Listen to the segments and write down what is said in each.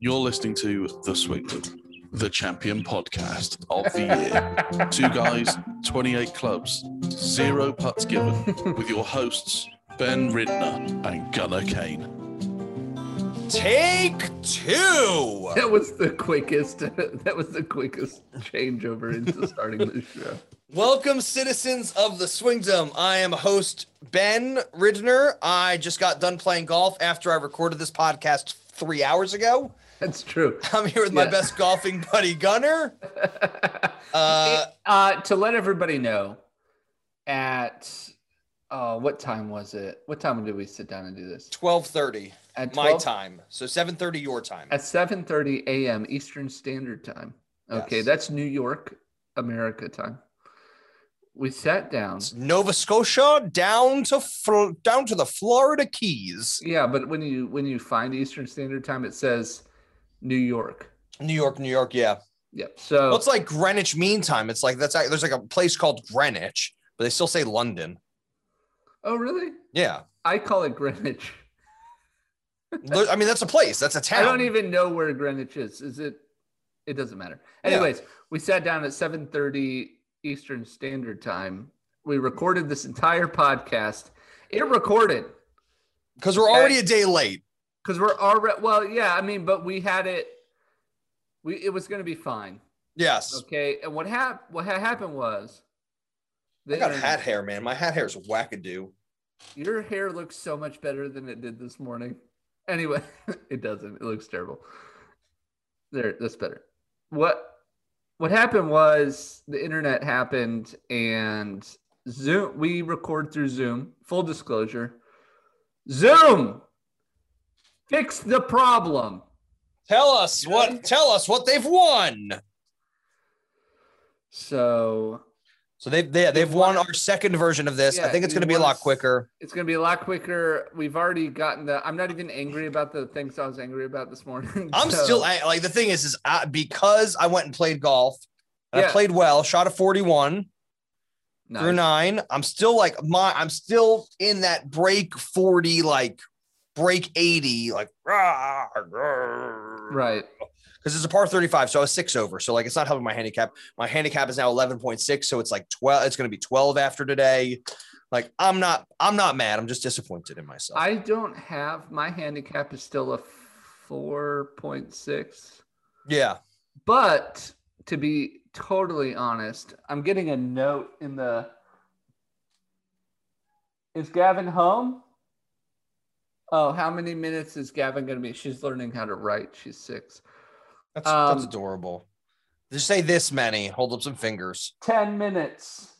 You're listening to The Swigman, the champion podcast of the year. Two guys, 28 clubs, zero putts given, with your hosts, Ben Ridner and Gunnar Kane. Take two. That was the quickest. That was the quickest changeover into starting the show. Welcome, citizens of the Swingdom. I am host Ben Ridner. I just got done playing golf after I recorded this podcast three hours ago. That's true. I'm here with my Yeah. best golfing buddy, Gunner. Uh, Uh, to let everybody know, at uh, what time was it? What time did we sit down and do this? 12:30 At my 12 time, so 7:30 your time. At seven thirty a.m. Eastern Standard Time. Okay, Yes. that's New York, America time. We sat down. It's Nova Scotia down to Fl- down to the Florida Keys, Yeah, but when you when you find Eastern Standard Time, it says New York. New York, New York. Yeah, Yep. So well, it's like Greenwich Mean Time. It's like that's there's like a place called Greenwich, but they still say London. oh really? Yeah. I call it Greenwich. There- I mean, that's a place. That's a town. I don't even know where Greenwich is. Is it? It doesn't matter. Yeah. Anyways, we sat down at 7:30 Eastern Standard Time. We recorded this entire podcast. It recorded because we're already a day late. because we're already well, yeah. I mean, but we had it. We it was going to be fine. Yes. Okay, and what hap- what ha- happened was. the I got internet- hat hair, man. My hat hair is wackadoo. Your hair looks so much better than it did this morning. Anyway, it doesn't. It looks terrible. There, that's better. What what happened was the internet happened and Zoom we record through Zoom. Full disclosure. Zoom fix the problem. Tell us what. Tell us what they've won. So So they've they, they've won our second version of this. I Yeah, think it's you going to be a won lot us- quicker. it's gonna be a lot quicker. We've already gotten the I'm not even angry about the things I was angry about this morning. I'm So- still I, like the thing is is I, because I went and played golf. And I Yeah. played well, shot a 41 through Nice. nine. I'm still like my I'm still in that break 40 like break 80 like rah, rah. right. because it's a par 35 so i was six over so like it's not helping my handicap my handicap is now 11.6 so it's like 12 it's going to be 12 after today like i'm not i'm not mad i'm just disappointed in myself I don't have my handicap is still a 4.6. yeah But to be totally honest, I'm getting a note in the Is Gavin home? Oh, how many minutes is Gavin going to be? She's learning how to write. She's 6. that's, that's Um, adorable just say this many hold up some fingers 10 minutes.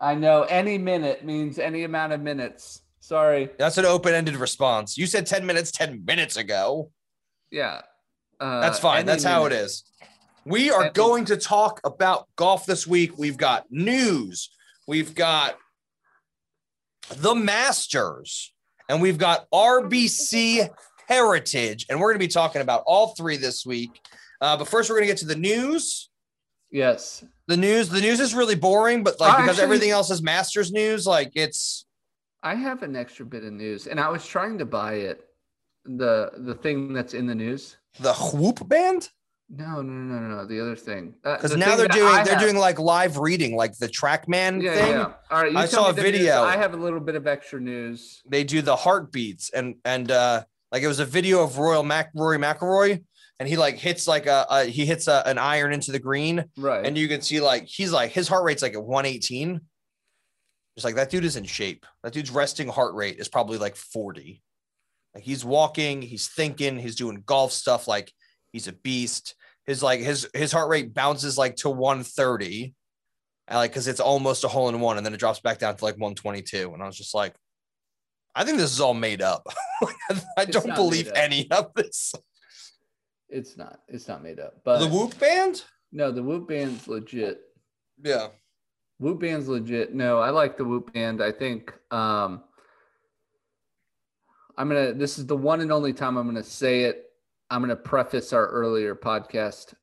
I know any minute means any amount of minutes. Sorry. that's an open-ended response you said 10 minutes 10 minutes ago Yeah. Uh, that's fine any that's how minute. it is we are Any- going to talk about golf this week we've got news we've got the Masters, and we've got RBC Heritage, and we're going to be talking about all three this week. Uh, but first, we're going to get to the news. Yes. The news, the news is really boring, but like I because actually- everything else is Masters news, like it's I have an extra bit of news, and I was trying to buy it. The the thing that's in the news. the Whoop band. No, no, no, no, no. The other thing. Uh, Because the now thing they're that doing I they're have- doing like live reading, like the Trackman Yeah, thing. yeah. All right. You I saw tell me a the news. video. I have a little bit of extra news. They do the heartbeats and and uh like it was a video of Royal Mac Rory McIlroy, and he like hits like a, a he hits a, an iron into the green, Right. and you can see like he's like his heart rate's like at 118 it's like that dude is in shape that dude's resting heart rate is probably like 40 like he's walking he's thinking he's doing golf stuff like he's a beast his like his his heart rate bounces like to 130 and like because it's almost a hole in one and then it drops back down to like 122 and i was just like i think this is all made up i It's don't not believe made up. any of this it's not. It's not made up. But the whoop band no, the Whoop Band's legit. yeah Whoop Band's legit. No, I like the Whoop Band. I think um I'm gonna this is the one and only time I'm gonna say it. I'm gonna preface our earlier podcast.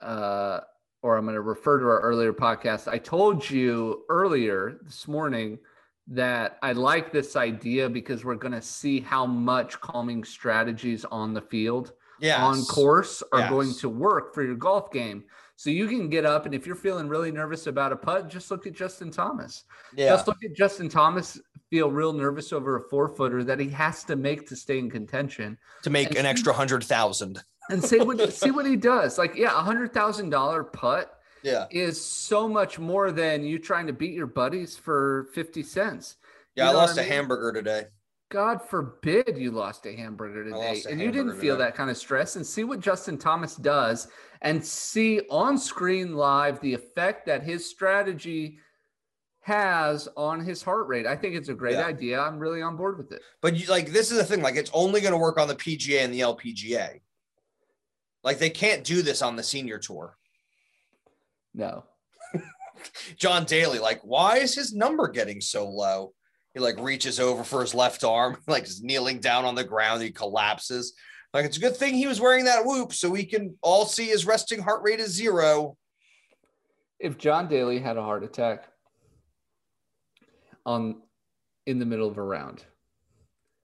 Uh or I'm gonna refer to our earlier podcast. I told you earlier this morning that I like this idea because we're going to see how much calming strategies on the field Yeah. on course are Yes. going to work for your golf game. So you can get up, and if you're feeling really nervous about a putt, just look at Justin Thomas. Yeah. Just look at Justin Thomas feel real nervous over a four footer that he has to make to stay in contention, To make an extra hundred thousand. and see what see what he does. Like, yeah, a hundred thousand dollar putt Yeah. is so much more than you trying to beat your buddies for fifty cents. Yeah. You I know what lost I a mean? hamburger today. God forbid you lost a hamburger today lost a and you didn't hamburger feel today. that kind of stress and see what Justin Thomas does and see on screen live the effect that his strategy has on his heart rate. I think it's a great Yeah. idea. I'm really on board with it. But you, like, this is the thing. Like, it's only going to work on the PGA and the LPGA. Like, they can't do this on the senior tour. No. John Daly, like, why is his number getting so low? He like reaches over for his left arm, like is kneeling down on the ground. He collapses. Like, it's a good thing he was wearing that whoop so we can all see his resting heart rate is zero. If John Daly had a heart attack on in the middle of a round,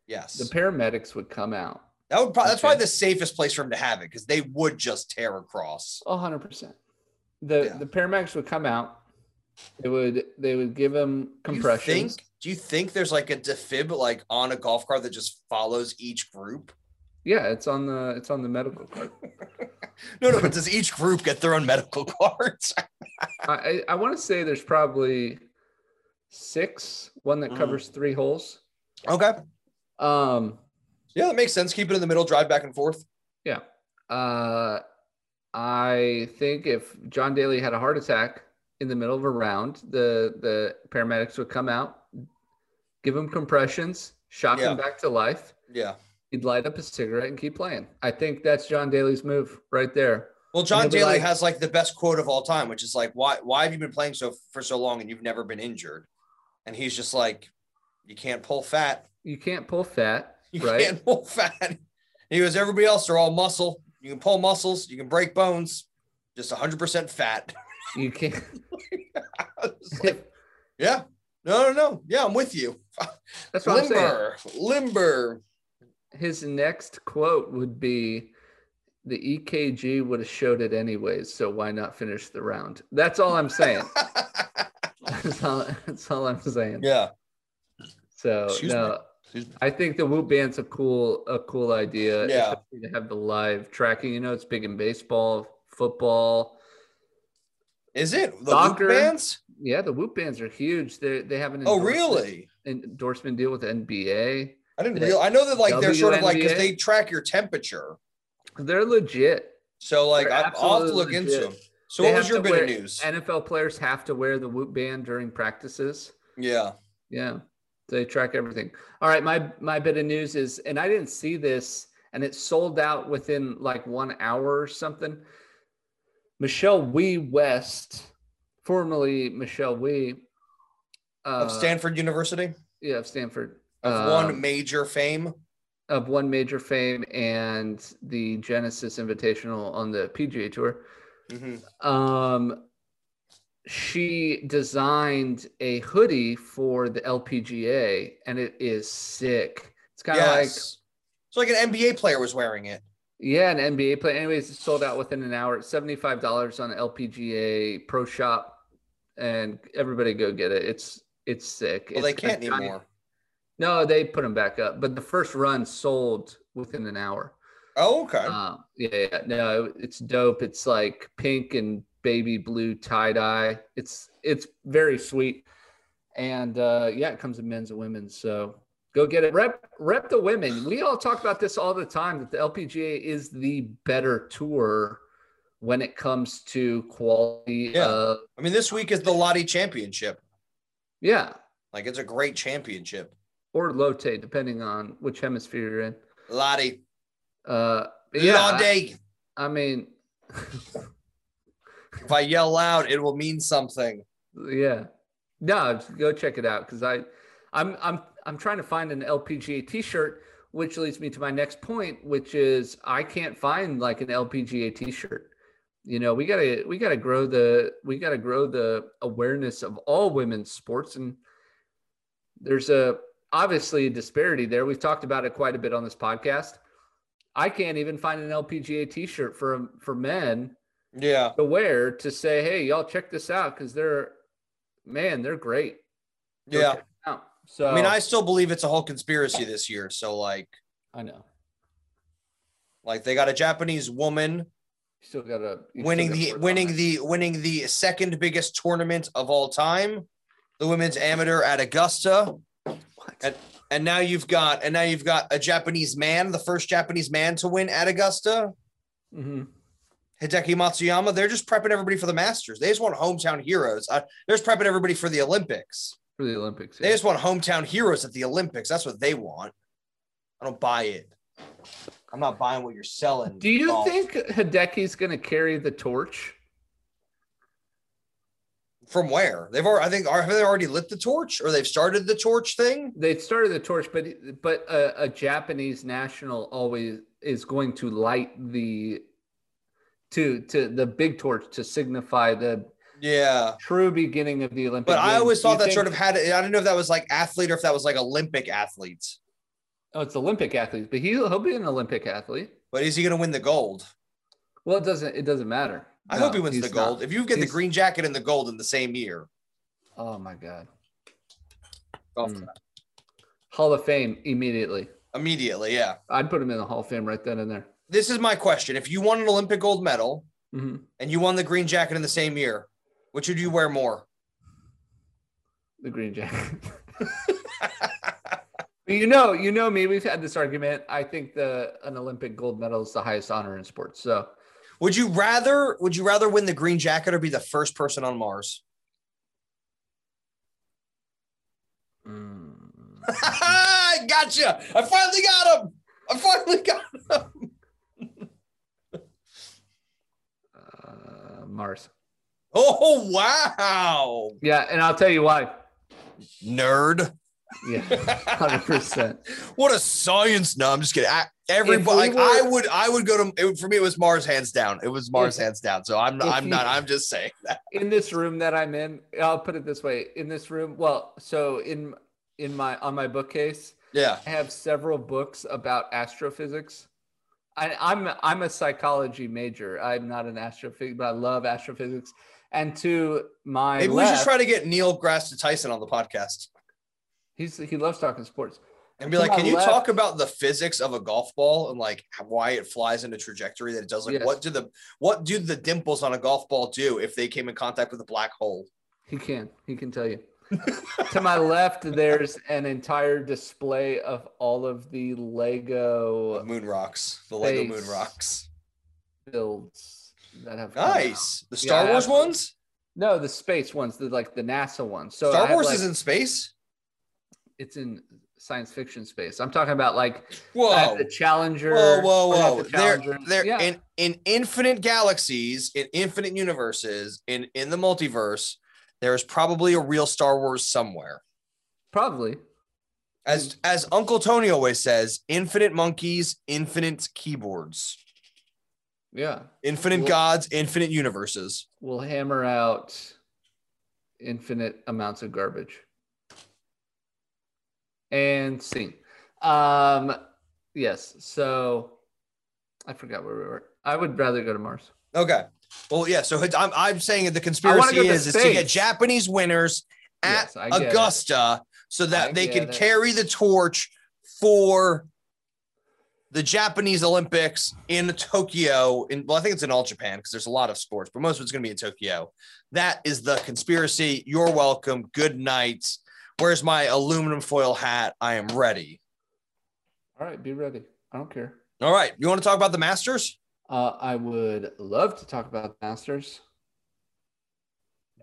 Yes. the paramedics would come out That would probably that's Okay. probably the safest place for him to have it because they would just tear across. A hundred percent. The Yeah. the paramedics would come out. They would they would give him Do you compressions. think? Do you think there's like a defib like on a golf cart that just follows each group? Yeah, it's on the it's on the medical card. No, no. but does each group get their own medical cards? I I, I want to say there's probably six. One that Mm. covers three holes. okay. Um. Yeah, that makes sense. Keep it in the middle, drive back and forth. Uh. I think if John Daly had a heart attack in the middle of a round, the the paramedics would come out, give him compressions, shock him back to life. Yeah. he'd light up a cigarette and keep playing. I think that's John Daly's move right there. Well, John They'll be Daly like- has like the best quote of all time, which is like, "Why, why have you been playing so for so long and you've never been injured?" And he's just like, "You can't pull fat. You can't pull fat, You right? can't pull fat. He goes, everybody else are all muscle. You can pull muscles, you can break bones, just 100% fat. You can't. I was like, yeah. No, no, no. Yeah, I'm with you. That's what I'm saying. Limber, limber. His next quote would be, "The EKG would have showed it anyways, so why not finish the round?" That's all I'm saying. that's, all, that's all I'm saying. yeah. So Excuse no, me. Excuse me. I think the Whoop Band's a cool a cool idea. Yeah. especially to have the live tracking. You know, it's big in baseball, football. Is it the Soccer. Luke bands? Yeah, the Whoop Bands are huge. They they have an Oh, endorsement- really? endorsement deal with the NBA. I didn't The real. I know that like they're sort of like because WNBA? they track your temperature. They're legit. So like I, They're I'll have to absolutely look into legit. them. So They what was have your to bit wear- of news? NFL players have to wear the whoop band during practices. yeah. Yeah. They track everything. All right, my my bit of news is and I didn't see this and it sold out within like 1 hour or something. Michelle Wee West, formerly Michelle Wee uh, of Stanford University yeah, of Stanford. of um, one major fame. of one major fame and the Genesis Invitational on the PGA Tour. Mhm. Um, she designed a hoodie for the LPGA, and it is sick. It's kind of like Yes. so like an NBA player was wearing it. yeah, an NBA play. Anyways, it sold out within an hour. It's seventy five dollars on LPGA Pro Shop, and everybody go get it. It's it's sick. Well, they It's got can't giant- anymore. No, they put them back up, but the first run sold within an hour. Oh, okay. Um, yeah, yeah, no, it- it's dope. It's like pink and baby blue tie dye. It's it's very sweet, and uh, yeah, it comes in men's and women's. So go get it. Rep rep the women. We all talk about this all the time that the LPGA is the better tour when it comes to quality. Yeah. Of, I mean, this week is the Lottie Championship. yeah, Like, it's a great championship. or lote depending on which hemisphere you're in. Lottie, Uh, but yeah, yeah, I, Lottie. I mean, If I yell loud, it will mean something. Yeah. No, just go check it out because I, I'm I'm I'm trying to find an LPGA T-shirt, which leads me to my next point, which is I can't find like an LPGA T-shirt. You know, we gotta we gotta grow the we gotta grow the awareness of all women's sports, and there's a obviously a disparity there. We've talked about it quite a bit on this podcast. I can't even find an LPGA T-shirt for for men Yeah. to wear to say, "Hey, y'all, check this out," because they're, man, they're great. Go Yeah. check them out. So I mean, I still believe it's a whole conspiracy this year. So like I know. like they got a Japanese woman You still got to winning the winning the winning the second biggest tournament of all time, the women's amateur at Augusta. And and now you've got and now you've got a Japanese man, the first Japanese man to win at Augusta, hmm Hideki Matsuyama. They're just prepping everybody for the Masters. They just want hometown heroes. Uh, they're just prepping everybody for the Olympics. for the Olympics. They yeah. just want hometown heroes at the Olympics. That's what they want. I don't buy it. I'm not buying what you're selling. Do you Golf. think Hideki's going to carry the torch? from where they've already? I think are- have they already lit the torch or they've started the torch thing? They started the torch, but but a, a Japanese national always is going to light the to to the big torch to signify the Yeah, true beginning of the Olympic. but I Games. always Do thought you that think- sort of had. I don't know if that was like athlete or if that was like Olympic athletes. oh, it's Olympic athletes, but he he'll be an Olympic athlete. But is he going to win the gold? Well, it doesn't it doesn't matter. I No, hope he wins he's the gold. not. If you get the He's- green jacket and the gold in the same year, Oh my god! golf Mm. clap. Hall of Fame immediately. immediately, yeah. I'd put him in the Hall of Fame right then and there. This is my question: If you won an Olympic gold medal hmm and you won the green jacket in the same year, which would you wear more? The green jacket. But you know, you know me. We've had this argument. I think the an Olympic gold medal is the highest honor in sports. So Would you rather would you rather win the green jacket or be the first person on Mars? mm, I gotcha. I finally got him. I finally got him. uh, Mars. Oh wow. Yeah, and I'll tell you why. Nerd. Yeah, hundred percent. What a science. No, I'm just kidding. I, everybody like, we were- I would I would go to it, for me it was Mars hands down. It was Mars If- hands down. So I'm if I'm you- not I'm just saying. in this room that I'm in, I'll put it this way: in this room, well, so in in my on my bookcase, Yeah. I have several books about astrophysics. I, I'm I'm a psychology major. I'm not an astrophysic, but I love astrophysics. And to my Maybe we should left, try to get Neil Grass to Tyson on the podcast he's he loves talking sports. and be To like, my can you left- talk about the physics of a golf ball and like why it flies in a trajectory that it does? Like, Yes. what do the what do the dimples on a golf ball do if they came in contact with a black hole? He can. He can tell you. to my left, there's an entire display of all of the Lego Moon rocks, the Lego moon Face. rocks. builds that have come out. Nice. The Star Yeah, Wars absolutely. ones? No, the space ones, the like the NASA ones. So I Star have, Wars like- is in space? it's in science fiction space. I'm talking about like Whoa. at the Challenger. whoa, whoa, or not whoa. the They're, Challenger. they're yeah. in, in infinite galaxies, in infinite universes, in, in the multiverse, there is probably a real Star Wars somewhere. probably. As as Uncle Tony always says, infinite monkeys, infinite keyboards, Yeah. infinite Well- gods, infinite universes. We'll hammer out infinite amounts of garbage. And scene. Um yes. So I forgot where we were. I would rather go to Mars. Okay. Well, yeah. So it's- I'm, I'm saying that the wanna conspiracy go to is, is to get space. Japanese winners at Yes, I get it. Augusta so that I they can get it. carry the torch for the Japanese Olympics in Tokyo. In, well, I think it's in all Japan because there's a lot of sports, but most of it's going to be in Tokyo. That is the conspiracy. You're welcome. Good night. Where's my aluminum foil hat? I am ready. All right, be ready. I don't care. All right. You want to talk about the Masters? Uh, I would love to talk about Masters.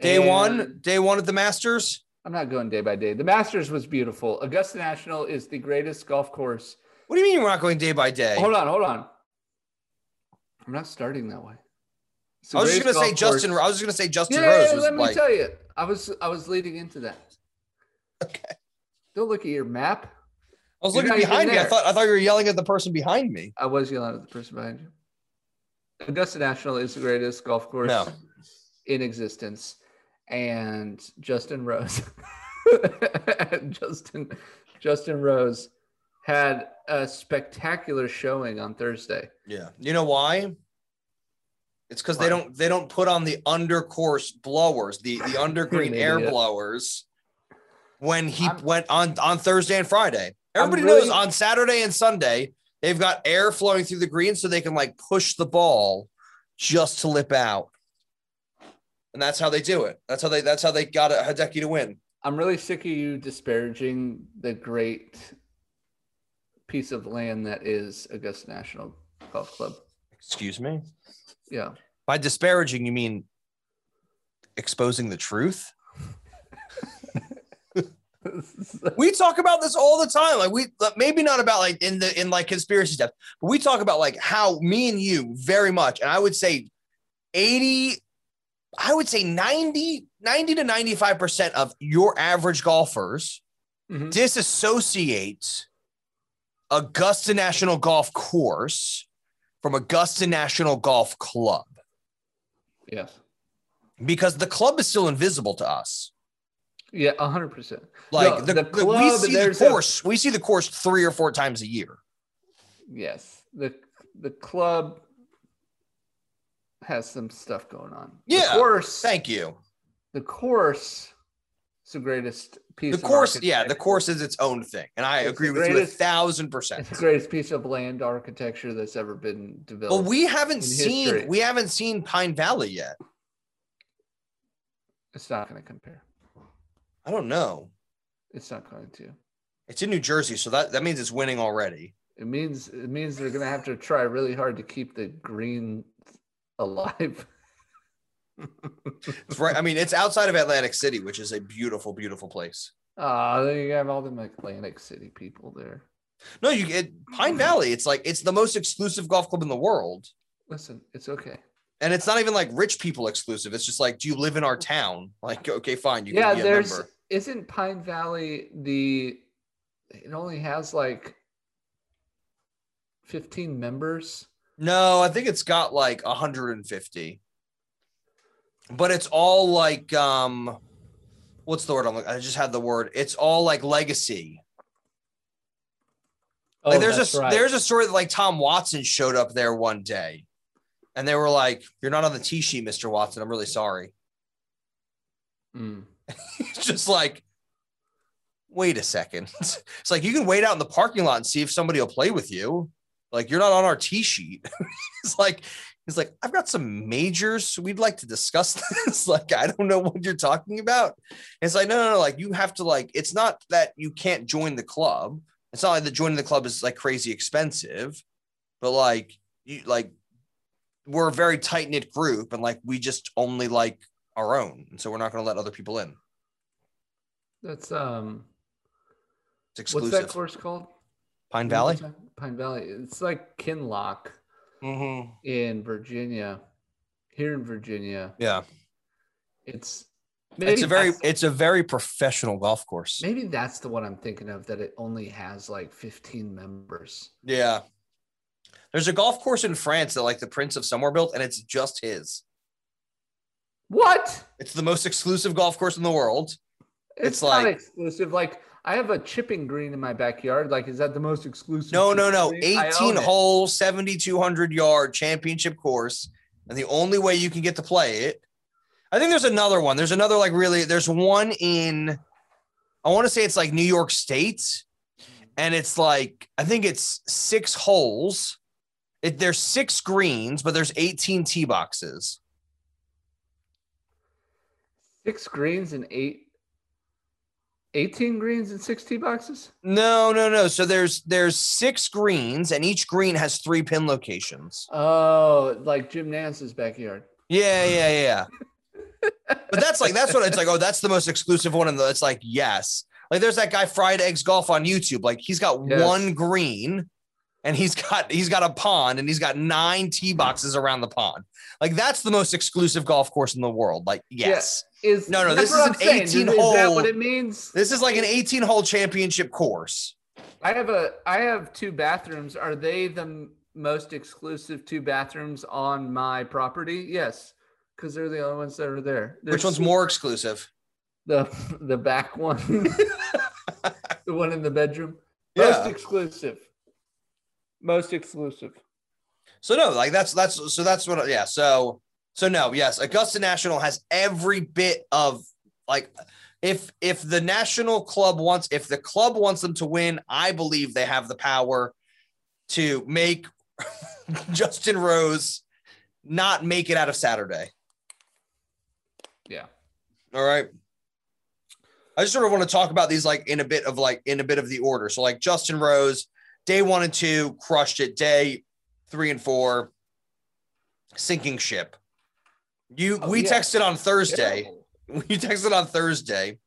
Day one, And day one at the Masters. I'm not going day by day. The Masters was beautiful. Augusta National is the greatest golf course. What do you mean we're not going day by day? Hold on, hold on. I'm not starting that way. It's the I was just gonna greatest say golf course. Justin. I was just gonna say Justin Yeah, Rose was let me like. tell you. I was I was leading into that. Okay. Don't look at your map. I was You're looking not even behind me. I there. thought I thought you were yelling at the person behind me. I was yelling at the person behind you. Augusta National is the greatest golf course No. in existence, and Justin Rose Justin Justin Rose had a spectacular showing on Thursday. Yeah. You know why? It's because Why? they don't they don't put on the undercourse blowers, the the undergreen air idiot. blowers when he I'm- went on on Thursday and Friday. I'm Everybody really- knows on Saturday and Sunday they've got air flowing through the green so they can like push the ball just to lip out. And that's how they do it. That's how they that's how they got a Hideki to win. I'm really sick of you disparaging the great piece of land that is Augusta National Golf Club. Excuse me. Yeah. By disparaging, you mean exposing the truth? we talk about this all the time like we maybe not about like in the in like conspiracy stuff but we talk about like how me and you very much and i would say 80 i would say 90 90 to 95 percent of your average golfers Mhm. disassociate augusta national golf course from augusta national golf club Yes. because the club is still invisible to us Yeah, 100%. like No, the, the the- we club, see the there's a- course we see the course three or four times a year Yes. The the club has some stuff going on. Yeah, The course, thank you the course is the greatest piece the of course yeah the architecture. course is its own thing and i It's agree the with you a greatest- thousand percent It's the greatest piece of land architecture that's ever been developed. but we haven't seen history. we haven't seen pine valley yet it's not going to compare. i don't know It's not going to. it's in new jersey so that, that means it's winning already It means it means they're going to have to try really hard to keep the green alive. it's right i mean it's outside of atlantic city which is a beautiful beautiful place Ah, then you have all them Atlantic City people there. no you get Hmm. pine valley it's like it's the most exclusive golf club in the world Listen, it's okay. and it's not even like rich people exclusive it's just like do you live in our town like okay fine you yeah, can be a there's member isn't Pine Valley the it only has like 15 members. No, I think it's got like 150. But it's all like um what's the word I'm looking I just had the word. It's all like legacy. Oh, like there's a there's a story that like Tom Watson showed up there one day and they were like, You're not on the T sheet, Mr. Watson. I'm really sorry. Mm. It's just like wait a second. It's like you can wait out in the parking lot and see if somebody will play with you. Like you're not on our T sheet. it's like he's like, I've got some majors. We'd like to discuss this. like, I don't know what you're talking about. And it's like, no, no, no, like you have to like, it's not that you can't join the club. It's not like the joining the club is like crazy expensive, but like you like we're a very tight knit group and like we just only like our own. And so we're not gonna let other people in. That's um It's exclusive. what's that course called? Pine Valley. Pine Valley. It's like Kinlock Mm-hmm. in Virginia. Here in Virginia, Yeah, it's it's a very that's- it's a very professional golf course. maybe that's the one I'm thinking of that it only has like 15 members. Yeah, there's a golf course in France that like the Prince of Somewhere built, and it's just his. What? It's the most exclusive golf course in the world. It's, It's not like- exclusive. Like I have a chipping green in my backyard. Like, is that the most exclusive? No, no, chipping no. green? I 18 own it. hole, 7,200 yard championship course, and the only way you can get to play it. I think there's another one. There's another like really. There's one in, I want to say it's like New York State, and it's like I think it's six holes. It, there's six greens, but there's 18 tee boxes. Six greens and eight. 18 greens and six tee boxes. No, no, no. So there's there's six greens, and each green has three pin locations. Oh, like Jim Nance's backyard. Yeah, yeah, yeah. but that's like that's what it's like. Oh, that's the most exclusive one, and it's like yes. Like there's that guy Fried Eggs Golf on YouTube. Like he's got Yes. one green, and he's got he's got a pond, and he's got nine tee boxes around the pond. Like that's the most exclusive golf course in the world. Like yes, Is No, no, that's this what is I'm an saying. 18 Is that hole- what it means? this is like an 18 hole championship course. I have a I have two bathrooms. Are they the m- most exclusive two bathrooms on my property? Yes, because they're the only ones that are there. They're Which one's su- more exclusive? the the back one, the one in the bedroom. Most Yeah. exclusive. Most exclusive. So no, like that's that's so that's what yeah. So so no, yes, Augusta National has every bit of like if if the national club wants if the club wants them to win, I believe they have the power to make Justin Rose not make it out of Saturday. Yeah. All right. I just sort of want to talk about these like in a bit of like in a bit of the order. So like Justin Rose, day one and two crushed it. Day three and four, sinking ship. You Oh, we yeah. texted on Thursday. Terrible. You texted on Thursday,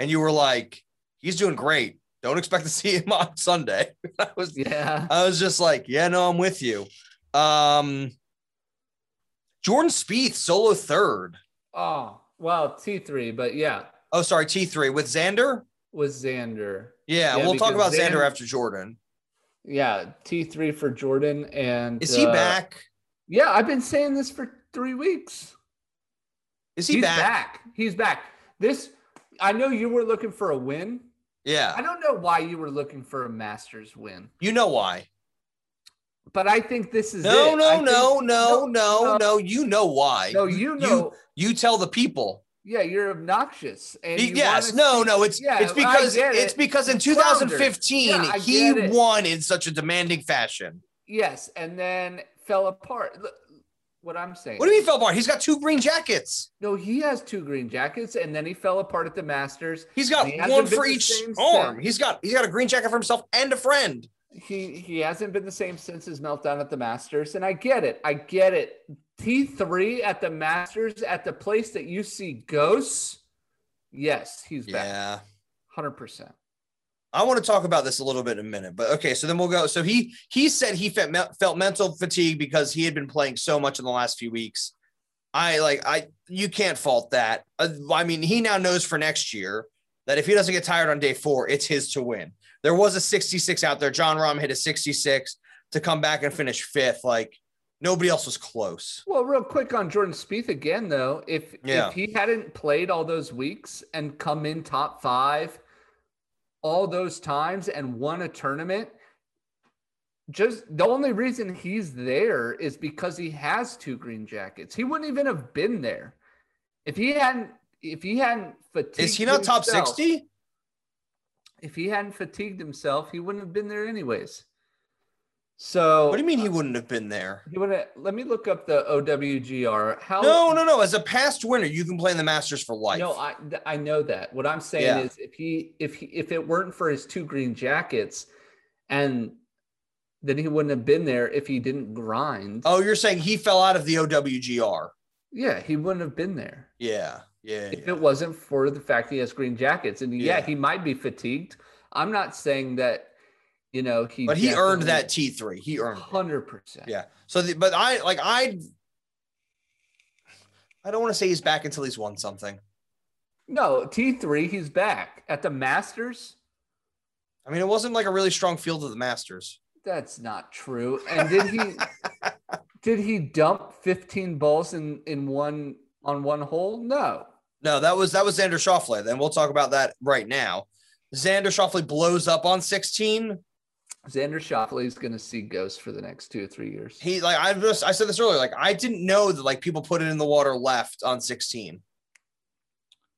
and you were like, "He's doing great. Don't expect to see him on Sunday." I was Yeah. I was just like, "Yeah, no, I'm with you." Um, Jordan Spieth solo third. Oh, well, T3, but yeah, Oh, sorry, T three with Xander. was Xander. Yeah, Yeah, we'll talk about because Xander, Xander- after Jordan. Yeah, T3 for Jordan. And Is he uh, back? Yeah, I've been saying this for three weeks. Is he He's back? back. He's back. This, I know you were looking for a win. I Yeah. don't know why you were looking for a Masters win, You know why? but I think this is No, it. no, I no, think- no, no. no, no. You know why? No, you know, You tell the people. yeah, you're obnoxious. And Be- you yes. wanna- No. No. It's Yeah, it's I because get it's it. because in It's floundered. 2015 Yeah, I he get it. won in such a demanding fashion. Yes, and then fell apart. Look, what I'm saying. What do you mean fell apart? He's got two green jackets. No, he has two green jackets, and then he fell apart at the Masters. He's got He hasn't one been for the each same arm. since. He's got he's got a green jacket for himself and a friend. He he hasn't been the same since his meltdown at the Masters, and I get it. I get it. T three at the Masters at the place that you see ghosts. Yes, he's back, Yeah. hundred percent. I want to talk about this a little bit in a minute, but okay. So then we'll go. So he he said he felt, me- felt mental fatigue because he had been playing so much in the last few weeks. I like I you can't fault that. Uh, I mean, he now knows for next year that if he doesn't get tired on day four, it's his to win. There was a 66 out there. John Rahm hit a 66 to come back and finish fifth. Like nobody else was close. Well, real quick on Jordan Spieth again, though, if Yeah. if he hadn't played all those weeks and come in top five all those times and won a tournament, just the only reason he's there is because he has two green jackets. He wouldn't even have been there if he hadn't. If he hadn't fatigued, Is he not top himself- 60? If he hadn't fatigued himself, he wouldn't have been there anyways. So What do you mean he wouldn't have been there? You want to let me look up the OWGR? How No, no, no. As a past winner, you can play in the Masters for life. No, I th- I know that. What I'm saying Yeah. is, if he if he if it weren't for his two green jackets, and then he wouldn't have been there if he didn't grind. Oh, you're saying he fell out of the OWGR? Yeah, he wouldn't have been there Yeah, yeah. if yeah. it wasn't for the fact he has green jackets. And yeah, Yeah. he might be fatigued. I'm not saying that, you know, he. But he earned that T three. He earned. it. Hundred percent. Yeah. So, the, but I like I. I don't want to say he's back until he's won something. No, T three. He's back at the Masters. I mean, it wasn't like a really strong field of the Masters. That's not true. And did he did he dump 15 balls in in one on one hole? No. No, that was that was Xander Schauffele. Then we'll talk about that right now. Xander Schauffele blows up on 16. Xander Shoffley is going to see ghosts for the next two or three years. He like I just I said this earlier. Like I didn't know that like people put it in the water left on 16.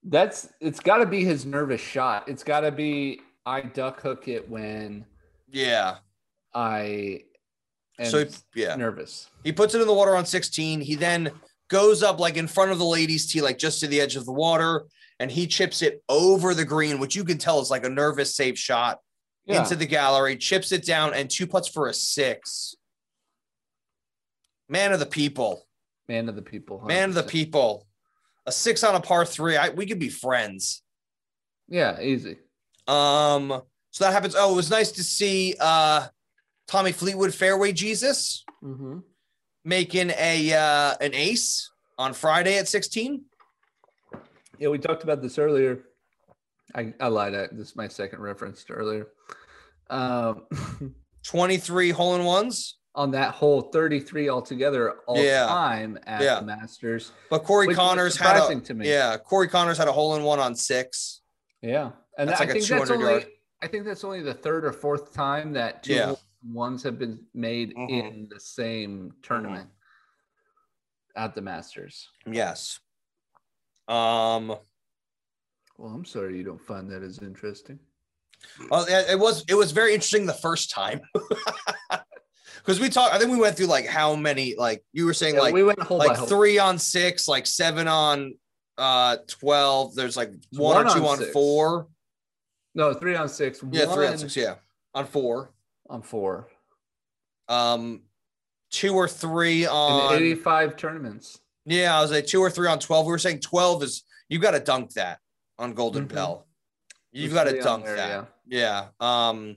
That's it's got to be his nervous shot. It's got to be I duck hook it when Yeah. I am so he, yeah. nervous. He puts it in the water on 16. He then goes up like in front of the ladies' tee, like just to the edge of the water, and he chips it over the green, which you can tell is like a nervous safe shot Yeah. into the gallery, chips it down, and two putts for a six. Man of the people, man of the people. man of the 100%. people. A six on a par three. I, we could be friends. Yeah, easy. Um, so that happens. Oh, it was nice to see uh Tommy Fleetwood fairway Jesus Mm-hmm. Mhm. making a uh an ace on Friday at 16. Yeah, we talked about this earlier. I, I lied. I, this is my second reference to earlier. Um, 23 hole in ones. on that whole 33 altogether all Yeah. time at Yeah. the Masters. But Corey which was Connors had a surprising to me. yeah. Corey Connors had a hole in one on six. Yeah. And That's I like a think that's 200 only yard. I think that's only the third or fourth time that two Yeah. holes in ones have been made Mhm. in the same Mm-hmm. tournament at the Masters. Yes. Um. Well, I'm sorry you don't find that as interesting. Well, it it was it was very interesting the first time because we talked. I think we went through like how many like you were saying Yeah, like we went hole by like hole. three on six, like seven on uh twelve. There's like one, One or on two on, six. four. No, three on six. Yeah, one three on six. Yeah, on four. on four. Um, two or three In on. 85 tournaments. Yeah, I was like two or three on twelve. We were saying twelve is you got to dunk that on Golden Mhm. Bell. You've There's got three to on dunk there, that. yeah. Yeah. Um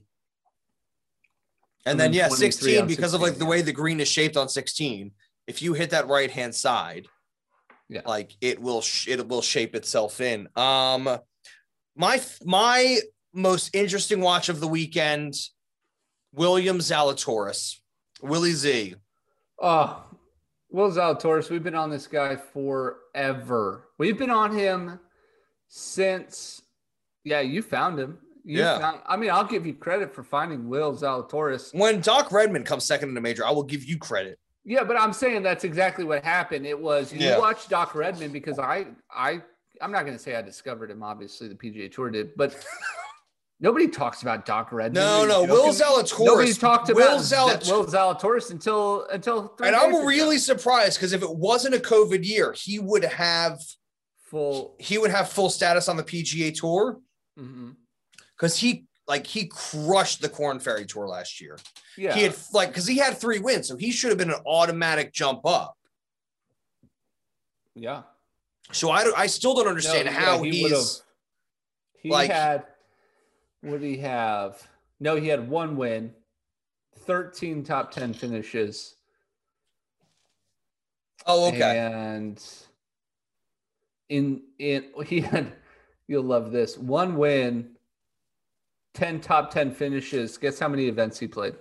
and And then then yeah, 23 16 on because of 16, like the yeah. way the green is shaped on 16. If you hit that right hand side, Yeah. like it will sh- it will shape itself in. Um my f- my most interesting watch of the weekend, William Zalatoris, Willie Z. Oh, Will Zalatoris, we've been on this guy forever. We've been on him since, yeah, you found him. You Yeah. Found, I mean, I'll give you credit for finding Will Zalatoris. When Doc Redmond comes second in a major, I will give you credit. Yeah, but I'm saying that's exactly what happened. It was you Yeah. watched Doc Redman because I, I, I'm not going to say I discovered him. Obviously, the PGA Tour did, but nobody talks about Doc Redman. No, no, Will Zalatoris. Nobody talked about Will Will, Zalat- Will Zalatoris until until. Three and days ago. I'm really surprised because if it wasn't a COVID year, he would have full. he would have full status on the PGA Tour mhm. because he like he crushed the Corn Ferry Tour last year. Yeah, He had like because he had three wins, so he should have been an automatic jump up. yeah. So I don't, I still don't understand No, yeah, how he would've- he's He like- had. What did he have? No, he had one win, thirteen top ten finishes. oh okay And in in he had you'll love this one win, ten top ten finishes. Guess how many events he played?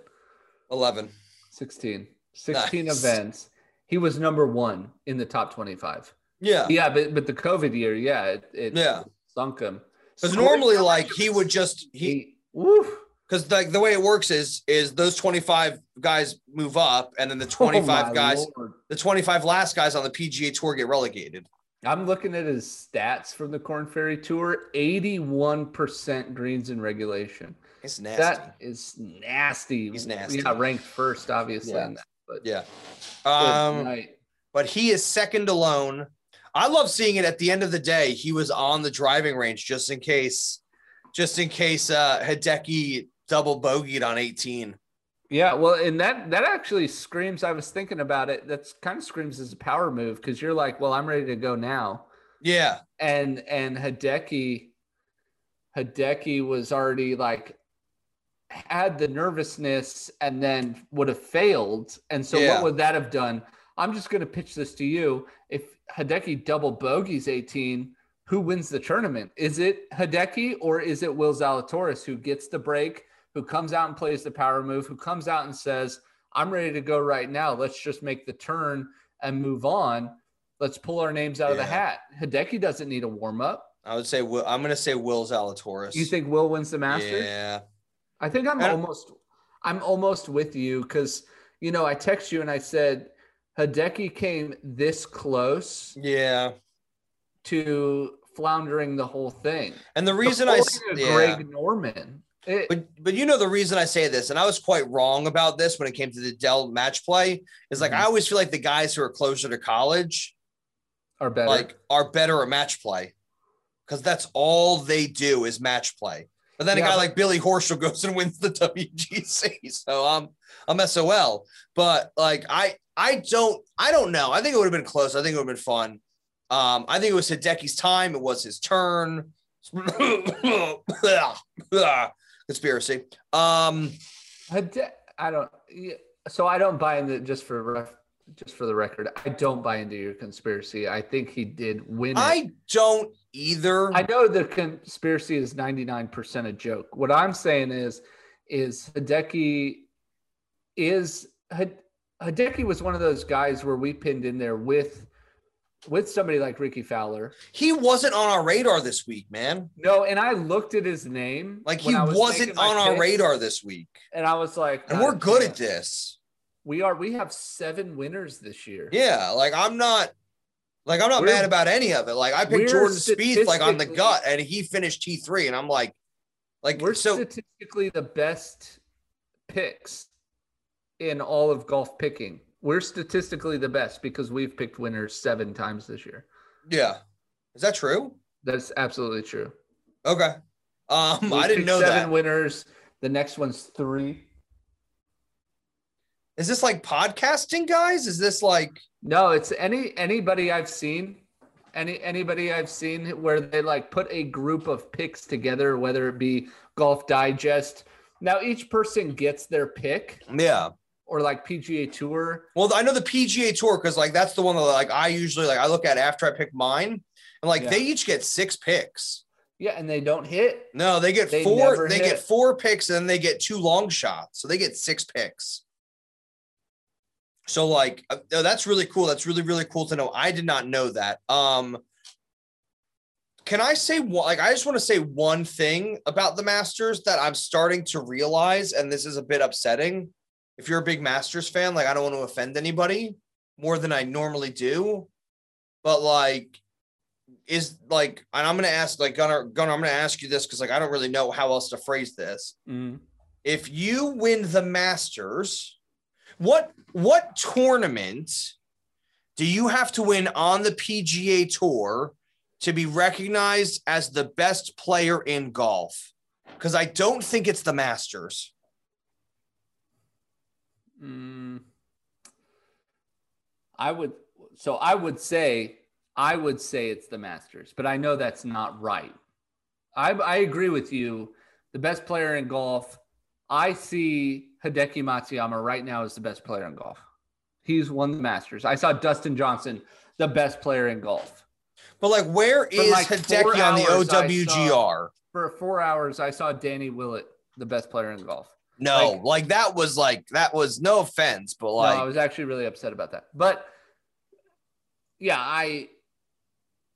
eleven. 16. 16 Nice. events. He was number one in the top twenty-five. Yeah, Yeah, but but the COVID year, yeah, it, it Yeah. sunk him. because Scored normally so like much- he would just he he oh woof. because like the way it works is is those twenty five guys move up and then the Oh, my twenty five guys Lord. the twenty five last guys on the PGA Tour get relegated. I'm looking at his stats from the Corn Ferry Tour 81% greens in regulation. It's nasty. That is nasty. He's nasty. Yeah, ranked first, obviously. Yeah. In that, but yeah. Good Um, night. but he is second alone. I love seeing it at the end of the day. He was on the driving range just in case, just in case uh Hideki double bogeyed on 18. yeah. Well, and that that actually screams. I was thinking about it. That's kind of screams as a power move because you're like, well, I'm ready to go now. Yeah. and and Hideki Hideki was already like had the nervousness and then would have failed. And so Yeah. what would that have done? I'm just going to pitch this to you. If Hideki double bogeys 18, who wins the tournament? Is it Hideki or is it Will Zalatoris who gets the break, who comes out and plays the power move, who comes out and says, "I'm ready to go right now. Let's just make the turn and move on. Let's pull our names out of the Yeah. hat." Hideki doesn't need a warm up. I would say Will, I'm gonna say Will Zalatoris. You think Will wins the Masters? Yeah. I think I'm I don't- almost I'm almost with you because you know I text you and I said Hideki came this close Yeah. to floundering the whole thing. And the The reason I s- folding of yeah. Greg Norman. It- But but you know the reason I say this, and I was quite wrong about this when it came to the Dell match play, is like Mhm. I always feel like the guys who are closer to college are better. like are better at match play because that's all they do is match play. But then Yeah, a guy but- like Billy Horschel goes and wins the WGC, so I'm I'm SOL. But like I I don't I don't know. I think it would have been close. I think it would have been fun. Um, I think it was Hideki's time. It was his turn. Conspiracy. Um, Hide- I don't. yeah, So I don't buy into just for ref, just for the record. I don't buy into your conspiracy. I think he did win. it. I don't either. I know the conspiracy is 99% a joke. What I'm saying is, is Hideki is Hid- Hideki was one of those guys where we pinned in there with with somebody like Ricky Fowler. He wasn't on our radar this week, man. No, and I looked at his name. Like he when I was was making not my on our picks, radar this week. and I was like, And "Not we're a good at chance." this. We are. We have seven winners this year. Yeah, like I'm not like I'm not We're- mad about any of it. Like I picked we're Jordan Spieth like on the statistically- gut and he finished T3 and I'm like like we're so statistically the best picks in all of golf picking. We're statistically the best because we've picked winners seven times this year. yeah. Is that true? That's absolutely true. Okay. Um We've I didn't picked know seven that. Is winners. The next one's three. this like podcasting guys? Is this like No, it's any anybody I've seen, any anybody I've seen where they like put a group of picks together, whether it be Golf Digest. Now each person gets their pick, yeah. or like PGA Tour. Well, I know the PGA Tour because like that's the one that like I usually like I look at after I pick mine, and like Yeah. they each get six picks. Yeah, and they don't hit. No, they get They four. never They hit. get four picks, and then they get two long shots, so they get six picks. So like uh, no, that's really cool. That's really really cool to know. I did not know that. Um, can I say one? Like I just want to say one thing about the Masters that I'm starting to realize, and this is a bit upsetting. If you're a big Masters fan, like I don't want to offend anybody more than I normally do, but like is like, and I'm gonna ask like Gunnar, Gunnar, I'm gonna ask you this because like I don't really know how else to phrase this. If you win the Masters, what what tournament do you have to win on the PGA Tour to be recognized as the best player in golf? Because I don't think it's the Masters. Mm. I would so I would say I would say it's the Masters, but I know that's not right. I I agree with you. The best player in golf, I see Hideki Matsuyama right now as the best player in golf. He's won the Masters. I saw Dustin Johnson, the best player in golf. But like, where is like, four Hideki on the hours, I OWGR? For four hours, I saw Danny Willett, the best player in golf. No, like, like- that was like that was no offense, but No, like I was actually really upset about that. But yeah, I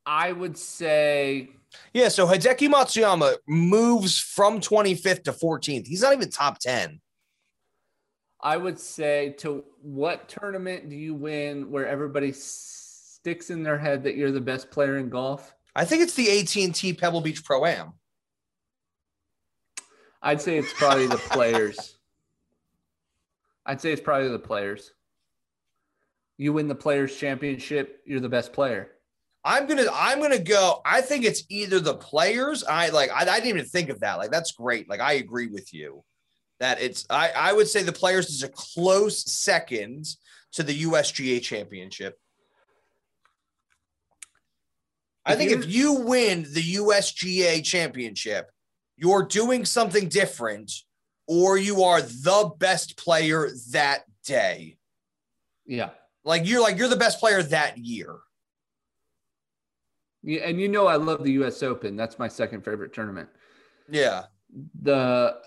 I would say Yeah, so Hideki Matsuyama moves from 25th to 14th. He's not even top 10. I would say to what tournament do you win where everybody s- sticks in their head that you're the best player in golf? I think it's the AT&T Pebble Beach Pro Am. I'd say it's probably the players. I'd say it's probably the players. You win the players championship, you're the best player. I'm gonna I'm gonna go. I think it's either the players. I like I, I didn't even think of that. Like that's great. Like I agree with you that it's I, I would say the players is a close second to the USGA championship. I If think if you're- you win the USGA championship, you're doing something different, or you are the best player that day. Yeah. Like you're like you're the best player that year. Yeah, and you know I love the US Open. That's my second favorite tournament. Yeah. the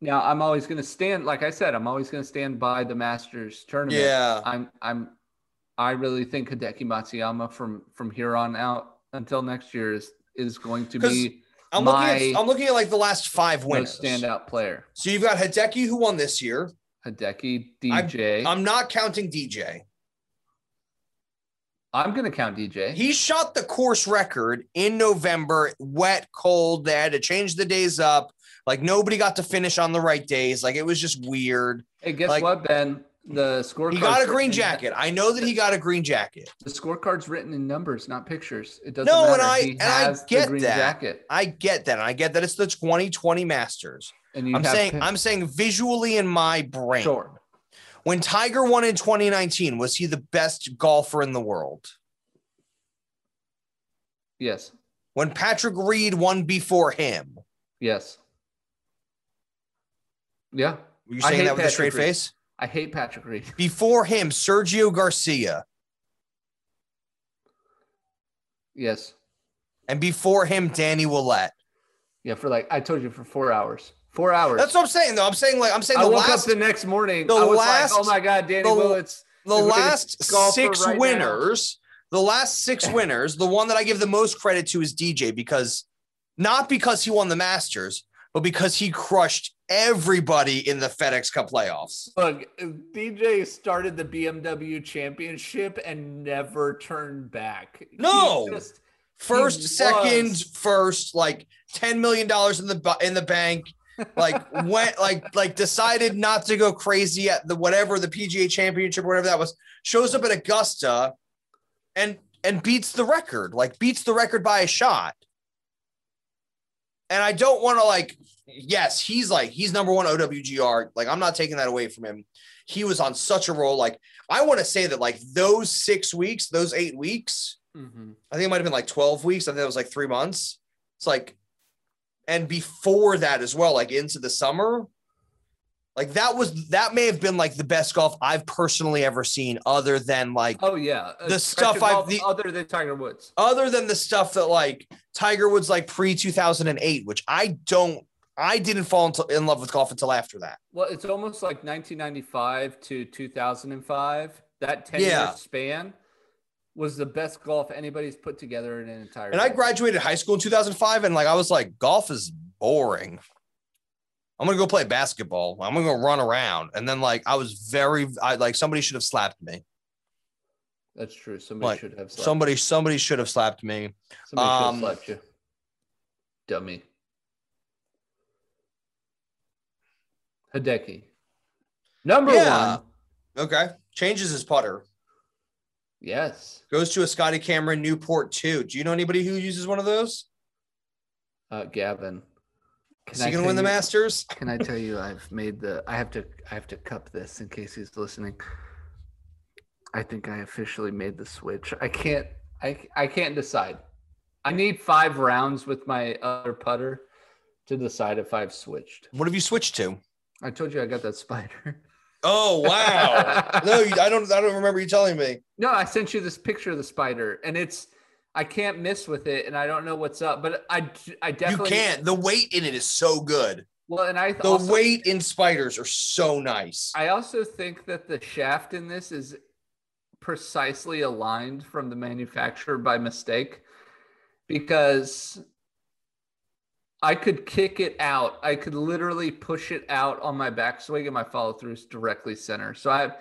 now I'm always going to stand like I said I'm always going to stand by the Masters tournament. Yeah. I'm I'm I really think Hideki Matsuyama from from here on out until next year is is going to be I'm looking. my- At, I'm looking at like the last five no winners. standout player. So you've got Hideki who won this year. Hideki DJ. I'm, I'm not counting DJ. going to count DJ. He shot the course record in November. Wet, cold. They had to change the days up. Like nobody got to finish on the right days. Like it was just weird. hey, guess like- what, Ben? The scorecard. He got a green jacket. I know that he got a green jacket. The scorecard's written in numbers, not pictures. It doesn't No, matter. and I- He and I has the get green that. jacket. I get that. And I get that it's the 2020 Masters. And you I'm have saying. pic- I'm saying visually in my brain. sure. When Tiger won in 2019, was he the best golfer in the world? Yes. When Patrick Reed won before him, Yes. Yeah. Were you I saying hate that with a straight Patrick Reed. face? I hate Patrick Reed. Before him, Sergio Garcia. Yes. And before him, Danny Willett. Yeah, for like I told you for four hours. Four hours. That's what I'm saying, though. I'm saying like I'm saying I the woke last up the next morning. the I was last- like, oh my god, Danny the- Willits. the We're gonna last golf for six right now. winners, the last six winners, the one that I give the most credit to is DJ because not because he won the Masters, but because he crushed everybody in the FedEx Cup playoffs. Look, DJ started the BMW Championship and never turned back. He No. just- First, He second, was. first, like ten million dollars in the bu- in the bank. Like went like like decided not to go crazy at the whatever the PGA Championship or whatever that was. Shows up at Augusta, and and beats the record. Like beats the record by a shot. And I don't want to like. Yes, he's like he's number one OWGR. Like I'm not taking that away from him. He was on such a roll. Like I want to say that like those six weeks, those eight weeks. Mhm. I think it might have been like 12 weeks. I think it was like three months. It's like, and before that as well, like into the summer, like that was, that may have been like the best golf I've personally ever seen, other than like, Oh yeah, Uh, The stuff Patrick I've- Golf the- other than Tiger Woods. other than the stuff that like Tiger Woods like pre 2008, which I don't, I didn't fall into, in love with golf until after that. Well, it's almost like 1995 to 2005. That 10 Yeah. year span was the best golf anybody's put together in an entire. And I life. graduated high school in 2005, and like I was like, golf is boring. I'm gonna go play basketball. I'm gonna go run around, and then like I was very, I like somebody should have slapped me. That's true. Somebody Like, should have slapped. Somebody, somebody should have slapped me. Somebody um, should have slapped you. Dummy. Hideki. Number Yeah. one. Okay, changes his putter, Yes. goes to a Scotty Cameron Newport two. Do you know anybody who uses one of those? Uh, Gavin. Is Can I he gonna tell win the you- Masters? Can I tell you I've made the I have to I have to cup this in case he's listening. I think I officially made the switch. I can't I I can't decide. I need 5 rounds with my other putter to decide if I've switched. What have you switched to? I told you I got that spider. Oh wow! no, you- I don't. I don't remember you telling me. No, I sent you this picture of the spider and it's I can't miss with it and I don't know what's up, but I I definitely You can't. The weight in it is so good. Well, and I The also, weight in spiders are so nice. I also think that the shaft in this is precisely aligned from the manufacturer by mistake because I could kick it out. I could literally push it out on my backswing and my follow through is directly center. So I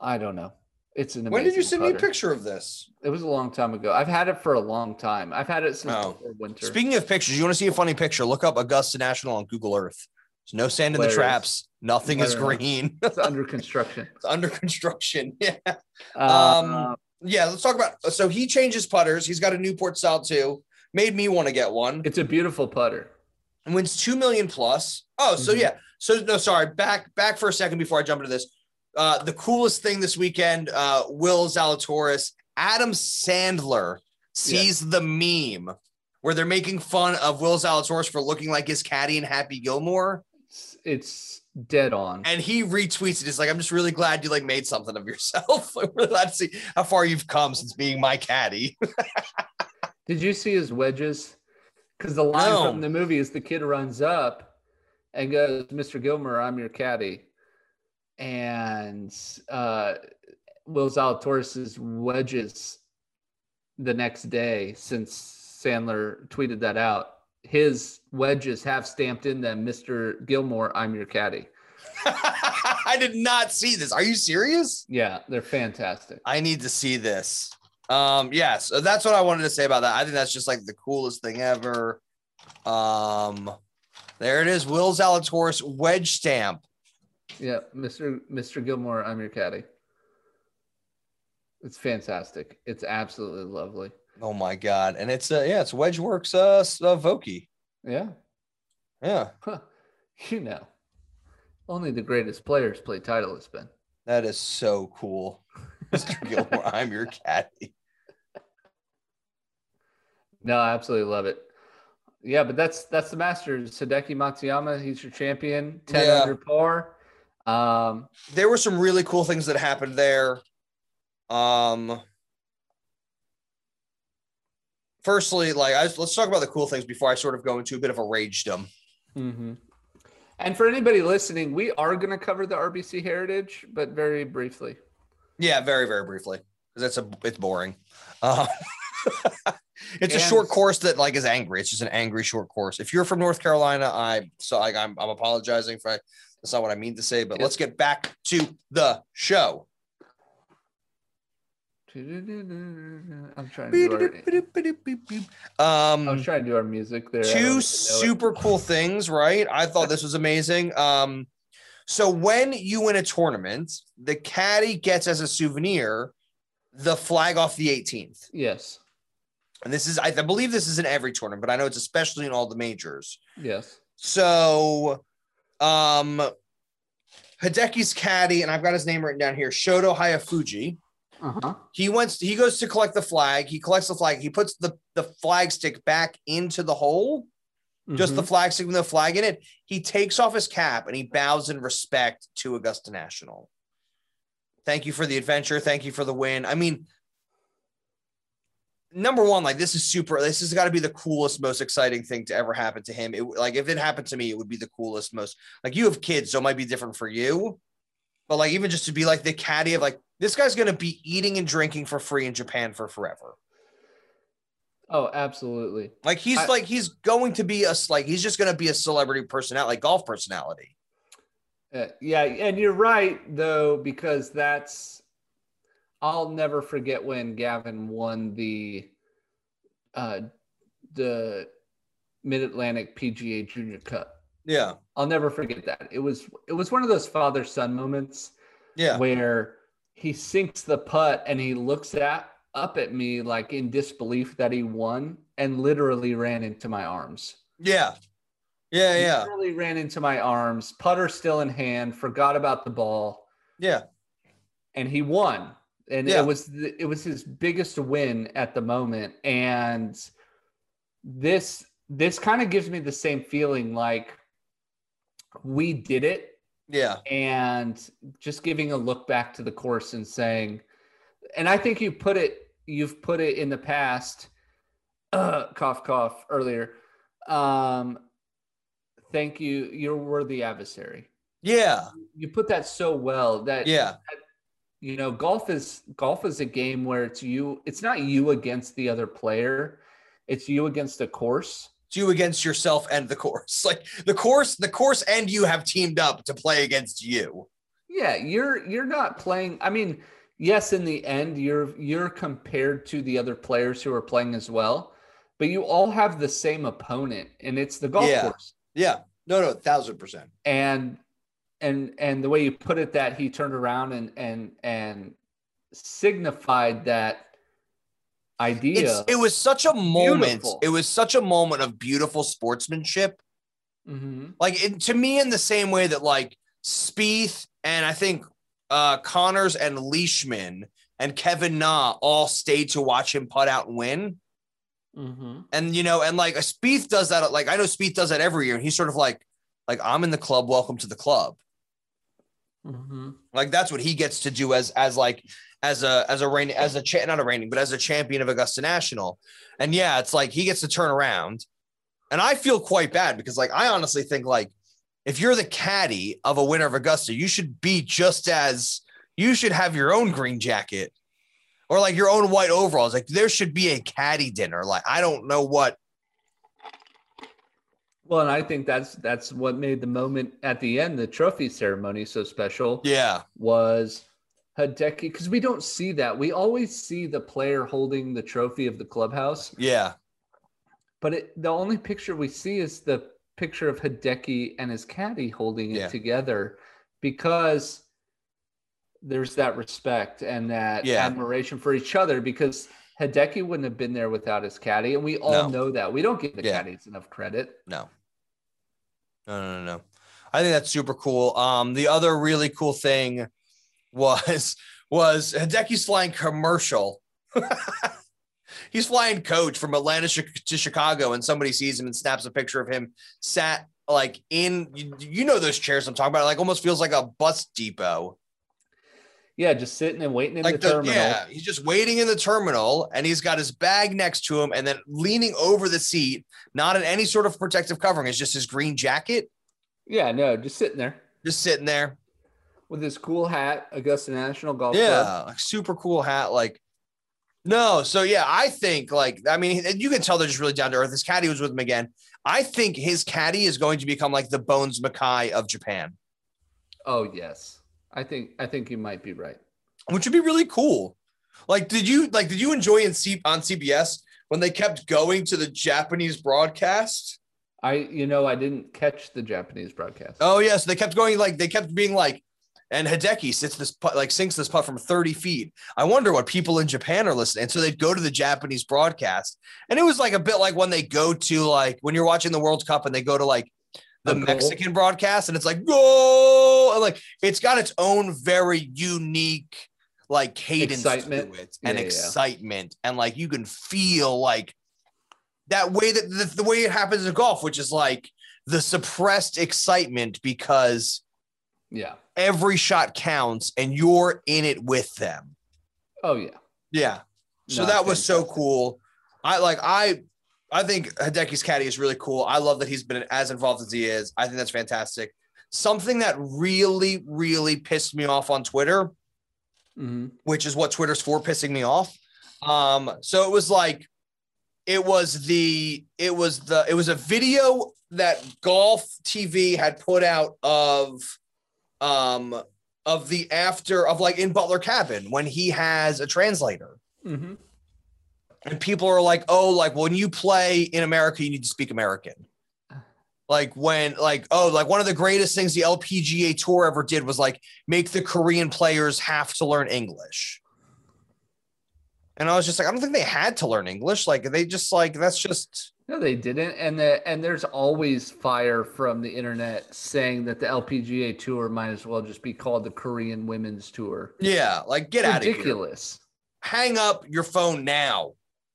I don't know. It's an amazing When did you send me a putter. picture of this? It was a long time ago. I've had it for a long time. I've had it since Oh. before winter. Speaking of pictures, you want to see a funny picture? Look up Augusta National on Google Earth. There's no sand in the Hilarious. traps. Nothing is Hilarious. green. it's under construction. it's under construction. Yeah. Um, Uh, Yeah. Let's talk about. So he changes putters. He's got a Newport style too. Made me want to get one. it's a beautiful putter. And wins two million plus. Oh, so Mhm. yeah. So no, sorry. Back back for a second before I jump into this. Uh, the coolest thing this weekend. Uh, Will Zalatoris, Adam Sandler sees the meme where they're making fun of Will Zalatoris for looking like his caddy in Happy Gilmore, It's, it's dead on. and he retweets it. It's like, I'm just really glad you like made something of yourself. Like, We're glad to see how far you've come since being my caddy. Did you see his wedges? Because the line No. from the movie is the kid runs up and goes, Mr. Gilmer, I'm your caddy. And uh, Will Zalatoris's wedges the next day, since Sandler tweeted that out, his wedges have stamped in them, Mr. Gilmore, I'm your caddy. I did not see this. Are you serious? Yeah, they're fantastic. I need to see this. Um, yeah, so that's what I wanted to say about that. I think that's just like the coolest thing ever. Um, there it is, Will Zalatoris wedge stamp. Yeah, Mr. Mr. Gilmore, I'm your caddy. It's fantastic. It's absolutely lovely. Oh my god! And it's uh, yeah, it's Wedgeworks uh, s- uh Vokey. Yeah. Yeah, Huh. You know, only the greatest players play Titleist, Ben. that is so cool, Mr. Gilmore. I'm your caddy. No, I absolutely love it. Yeah, but that's that's the Masters. Hideki Matsuyama, he's your champion, 10 Yeah. under par. Um, There were some really cool things that happened there. Um, firstly, like I, let's talk about the cool things before I sort of go into a bit of a ragedom. Mm-hmm. And for anybody listening, we are going to cover the RBC Heritage, but very briefly. Yeah, very very briefly because that's a it's boring. Uh, it's a And- short course that like is angry. It's just an angry short course. If you're from North Carolina, I so I, I'm I'm apologizing for that's not what I mean to say. But Yeah. let's get back to the show. I'm trying to do our, I was Um, trying to do our music there. Oh, I don't even know two it. super cool things, right? I thought this was amazing. Um, so when you win a tournament, the caddy gets as a souvenir the flag off the 18th. Yes. And this is, I I believe this is in every tournament, but I know it's especially in all the majors. Yes. So, um, Hideki's caddy, and I've got his name written down here, Shoto Hayafuji. Uh Uh-huh. huh. He wants. He goes to collect the flag. He collects the flag. He puts the the flag stick back into the hole. Just the flag stick with the flag in it. He takes off his cap and he bows in respect to Augusta National. Thank you for the adventure. Thank you for the win. I mean, number one, like this is super. This has got to be the coolest, most exciting thing to ever happen to him. It, like if it happened to me, it would be the coolest, most. Like you have kids, so it might be different for you. But like even just to be like the caddy of like this guy's gonna be eating and drinking for free in Japan for forever. oh, absolutely. Like he's I- like he's going to be a like he's just going to be a celebrity personality, like golf personality. Uh, yeah, and you're right though because that's I'll never forget when Gavin won the uh the Mid Atlantic PGA Junior Cup. Yeah, I'll never forget that. It was it was one of those father son moments yeah, where he sinks the putt and he looks at up at me like in disbelief that he won and literally ran into my arms. yeah, yeah, yeah, Literally ran into my arms, putter still in hand, forgot about the ball. yeah, and he won and Yeah. it was the, it was his biggest win at the moment and this this kind of gives me the same feeling like we did it yeah, and just giving a look back to the course and saying and i think you put it you've put it in the past uh, cough cough earlier um thank you you're a worthy adversary yeah, you put that so well that yeah, you know golf is golf is a game where it's you it's not you against the other player it's you against the course It's you against yourself and the course. Like the course, the course and you have teamed up to play against you. yeah you're you're not playing i mean yes in the end you're you're compared to the other players who are playing as well but you all have the same opponent and it's the golf Yeah. course Yeah, no, no, thousand percent. and and and the way you put it that he turned around and and and signified that idea It's it was such a moment. Beautiful. It was such a moment of beautiful sportsmanship Mhm. like it, to me in the same way that like Spieth and I think uh Connors and Leishman and Kevin Na all stayed to watch him putt out and win. Mhm. And you know, and like a Spieth does that. Like I know Spieth does that every year, and he's sort of like, like I'm in the club. Welcome to the club. Mhm. Like that's what he gets to do as as like as a as a reign as a cha- not a reigning but as a champion of Augusta National. And yeah, it's like he gets to turn around. And I feel quite bad because like I honestly think like if you're the caddy of a winner of Augusta, you should be just as you should have your own green jacket or like your own white overalls. Like there should be a caddy dinner. Like I don't know what Well, and I think that's that's what made the moment at the end, the trophy ceremony, so special yeah. was Hideki because we don't see that. We always see the player holding the trophy of the clubhouse, Yeah. but it, the only picture we see is the picture of Hideki and his caddy holding it Yeah. together because there's that respect and that Yeah. admiration for each other because Hideki wouldn't have been there without his caddy, and we all No. know that. We don't give the Yeah. caddies enough credit. No. No, no, no, no. I think that's super cool. Um, the other really cool thing was was Hideki's flying commercial. He's flying coach from Atlanta chi- to Chicago, and somebody sees him and snaps a picture of him sat like in you, you know those chairs I'm talking about, like almost feels like a bus depot. Yeah, just sitting and waiting in Like the the, terminal. yeah, he's just waiting in the terminal and he's got his bag next to him and then leaning over the seat, not in any sort of protective covering, it's just his green jacket, Yeah, no, just sitting there just sitting there. with his cool hat, Augusta National Golf Club. yeah, like super cool hat. Like, no, so yeah, I think like I mean, and you can tell they're just really down to earth. His caddy was with him again. I think his caddy is going to become like the Bones Mackay of Japan, Oh yes, I think I think you might be right. which would be really cool. Like, did you like did you enjoy in C- on CBS when they kept going to the Japanese broadcast? I you know I didn't catch the Japanese broadcast. Oh yeah, so they kept going like they kept being like, and Hideki sits this putt like sinks this putt from thirty feet. I wonder what people in Japan are listening. And so they'd go to the Japanese broadcast, and it was like a bit like when they go to like when you're watching the World Cup and they go to like the Oh, cool. Mexican broadcast, and it's like go and like it's got its own very unique like cadence Excitement. to it and Yeah, yeah. excitement, and like you can feel like that way that the, the way it happens in golf, which is like the suppressed excitement because Yeah. every shot counts and you're in it with them. Oh yeah. Yeah. So No, that was so fantastic. cool. I like I I think Hideki's caddy is really cool. I love that he's been as involved as he is. I think that's fantastic. Something that really, really pissed me off on Twitter, Mhm. which is what Twitter's for pissing me off. Um, so it was like it was the it was the it was a video that golf TV had put out of um of the after of like in Butler Cabin when he has a translator. Mhm. And people are like, oh, like when you play in America, you need to speak American. Like when, like, oh, like one of the greatest things the LPGA tour ever did was like make the Korean players have to learn English. And I was just like, I don't think they had to learn English. Like they just like that's just No, they didn't. And the and there's always fire from the internet saying that the LPGA tour might as well just be called the Korean Women's Tour. yeah, like get out of here. Ridiculous. Hang up your phone now.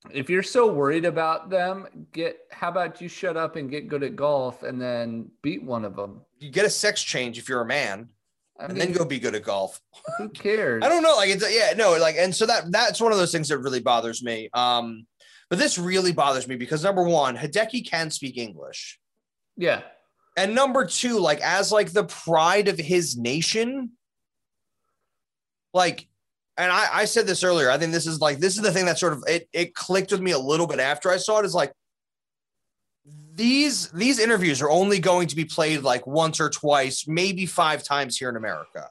If you're so worried about them, get how about you shut up and get good at golf and then beat one of them. You get a sex change if you're a man, I and mean, then go be good at golf. who cares? I don't know. Like it's yeah, no, like and so that that's one of those things that really bothers me. Um, but this really bothers me because number one, Hideki can speak English. yeah. And number two, like as like the pride of his nation, like, and I, I said this earlier. I think this is like this is the thing that sort of it it clicked with me a little bit after I saw it. Is like these these interviews are only going to be played like once or twice, maybe five times here in America.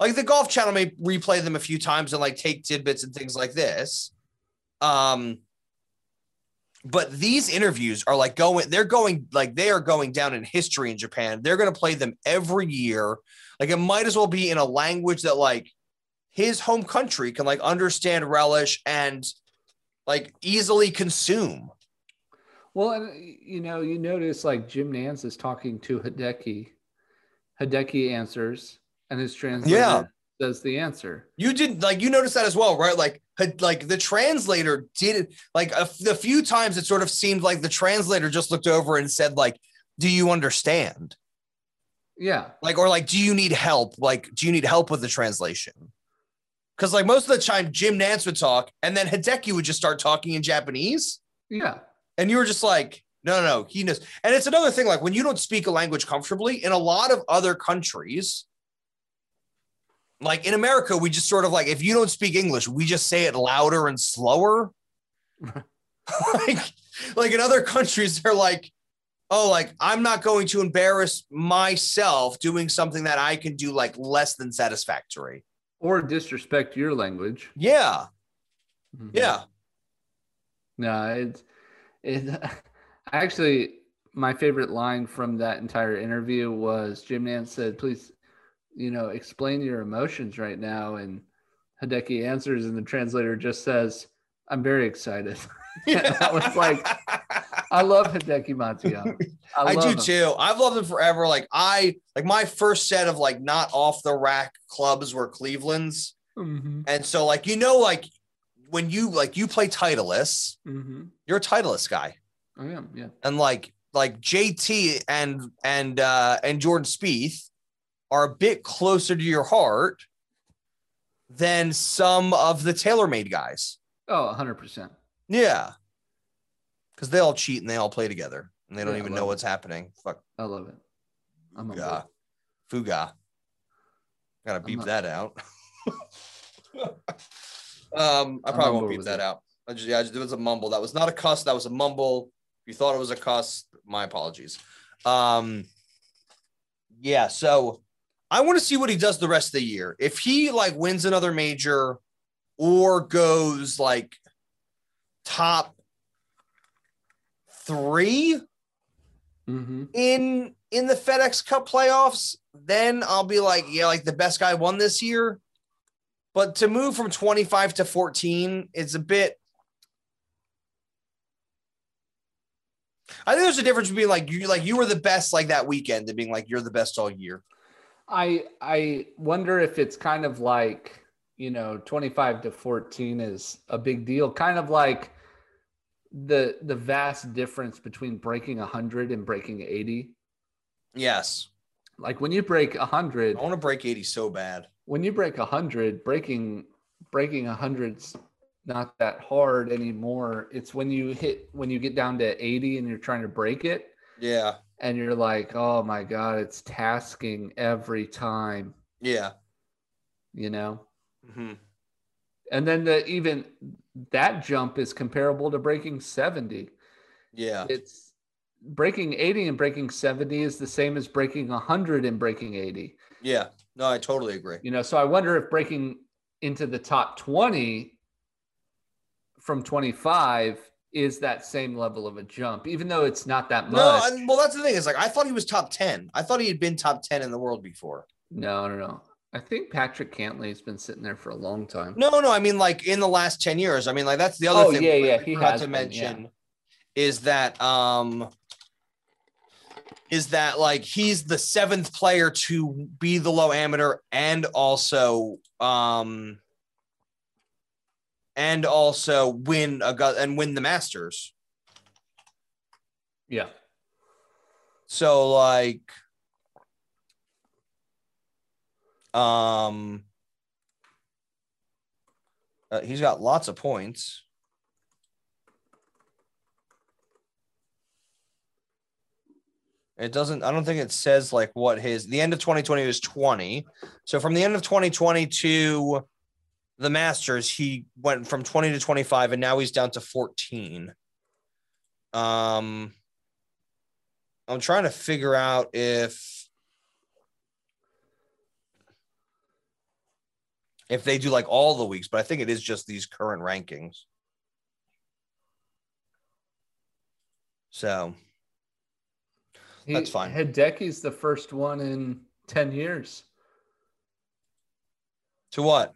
Like the Golf Channel may replay them a few times and like take tidbits and things like this. Um, but these interviews are like going they're going like they are going down in history in japan they're going to play them every year like it might as well be in a language that like his home country can like understand relish and like easily consume Well, and uh, you know, you notice like Jim Nance is talking to Hideki. Hideki answers, and his translator does the answer. you did like you noticed that as well right like had- like the translator did it like a, the few times it sort of seemed like the translator just looked over and said like do you understand Yeah. like or like do you need help like do you need help with the translation because like most of the time jim nance would talk and then hideki would just start talking in japanese Yeah. and you were just like no no he knows and it's another thing like when you don't speak a language comfortably in a lot of other countries like in america we just sort of like if you don't speak english we just say it louder and slower like like in other countries they're like oh like i'm not going to embarrass myself doing something that i can do like less than satisfactory Or disrespect your language. yeah Mhm. yeah No, it's it actually my favorite line from that entire interview was Jim Nance said, please, you know, explain your emotions right now. And Hideki answers and the translator just says, I'm very excited. I was like, I love Hideki Matsuyama. I, I, love do him. too. I've loved them forever. Like I like my first set of like not off the rack clubs were Cleveland's, Mhm, and so like you know like when you like you play Titleist, mhm. you're a Titleist guy, I am, yeah. and like like JT and and uh and Jordan Spieth are a bit closer to your heart, than some of the TaylorMade guys. Oh, 100 percent. Yeah. Because they all cheat and they all play together and they don't Yeah, even well. know what's happening. Fuck, I love it. I'm a yeah. Fuga. Gotta beep not- that out. um, I I'm probably on won't board beep with that it. out. I just, yeah, I just, it was a mumble. That was not a cuss. That was a mumble. If you thought it was a cuss, my apologies. Um, yeah. So I want to see what he does the rest of the year. If he like wins another major or goes like top three, hmm in in the FedEx Cup playoffs, then I'll be like, yeah, like the best guy won this year. But to move from 25 to 14 is a bit. I think there's a difference between like you like you were the best like that weekend and being like you're the best all year. I I wonder if it's kind of like you know 25 to 14 is a big deal, kind of like the the vast difference between breaking 100 and breaking 80. Yes. Like when you break 100, I want to break 80 so bad. when you break 100 breaking breaking 100's not that hard anymore it's when you hit when you get down to 80 and you're trying to break it Yeah. and you're like oh my god it's tasking every time Yeah. you know hmm and then the even that jump is comparable to breaking 70 Yeah. it's breaking 80 and breaking 70 is the same as breaking 100 and breaking 80 Yeah. No, I totally agree. you know so i wonder if breaking into the top 20 from 25 is that same level of a jump even though it's not that No, much I, well, that's the thing. Is like I thought he was top 10. I thought he had been top 10 in the world before. no no no i think patrick cantley's been sitting there for a long time No, no, I mean like in the last 10 years. I mean, like that's the other Oh, thing yeah, we- yeah, we he forgot has to been, mention is that um is that like he's the seventh player to be the low amateur and also um and also win a gu- and win the masters. yeah So like um uh, he's got lots of points. It doesn't I don't think it says like what his the end of 2020 was 20. So from the end of 2020 to the Masters he went from 20 to 25 and now he's down to 14. Um I'm trying to figure out if if they do like all the weeks, but I think it is just these current rankings. So That's fine. Hideki's the first one in 10 years to what?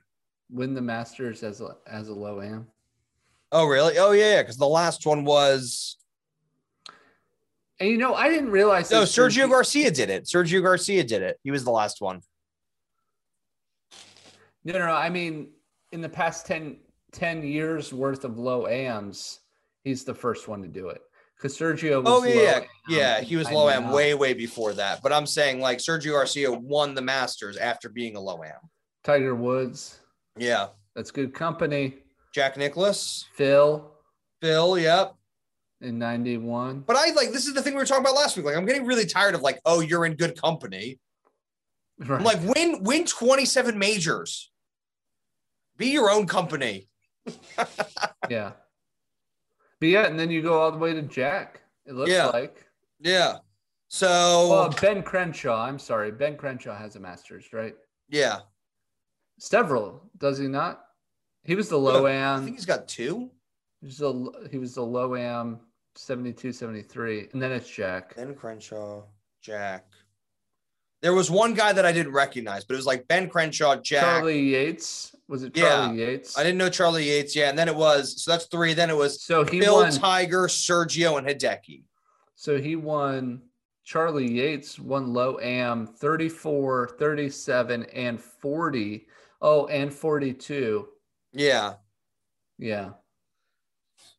win the masters as a as a low am Oh really? Oh yeah, because the last one was and you know i didn't realize no that Sergio Garcia did it. Sergio Garcia did it. He was the last one. No, no, no. I mean, in the past 10, 10 years worth of low AMs, he's the first one to do it. Because Sergio was Oh low yeah, AM yeah. in He was low am 99. way way before that. But I'm saying like Sergio Garcia won the Masters after being a low am. Tiger Woods. Yeah. That's good company. Jack Nicholas, Phil Phil. Yep. in 91. But I like this is the thing we were talking about last week. Like I'm getting really tired of like, oh, you're in good company. Right. I'm like win win 27 majors. Be your own company. yeah. But yeah, and then you go all the way to Jack, it looks Yeah. like. Yeah. So Well, Ben Crenshaw. I'm sorry. Ben Crenshaw has a master's, right? yeah. Several, does he not? He was the low I am. think he's got two. He was the, he was the low am 72, 73. And then it's Jack. Ben Crenshaw, Jack. There was one guy that I didn't recognize, but it was like Ben Crenshaw, Jack. Charlie Yates. Was it Charlie Yates? I didn't know Charlie Yates. Yeah. And then it was so that's three. Then it was So he Bill won. Tiger, Sergio, and Hideki. so he won. Charlie Yates won low am 34, 37, and 40. Oh, and 42. Yeah. Yeah.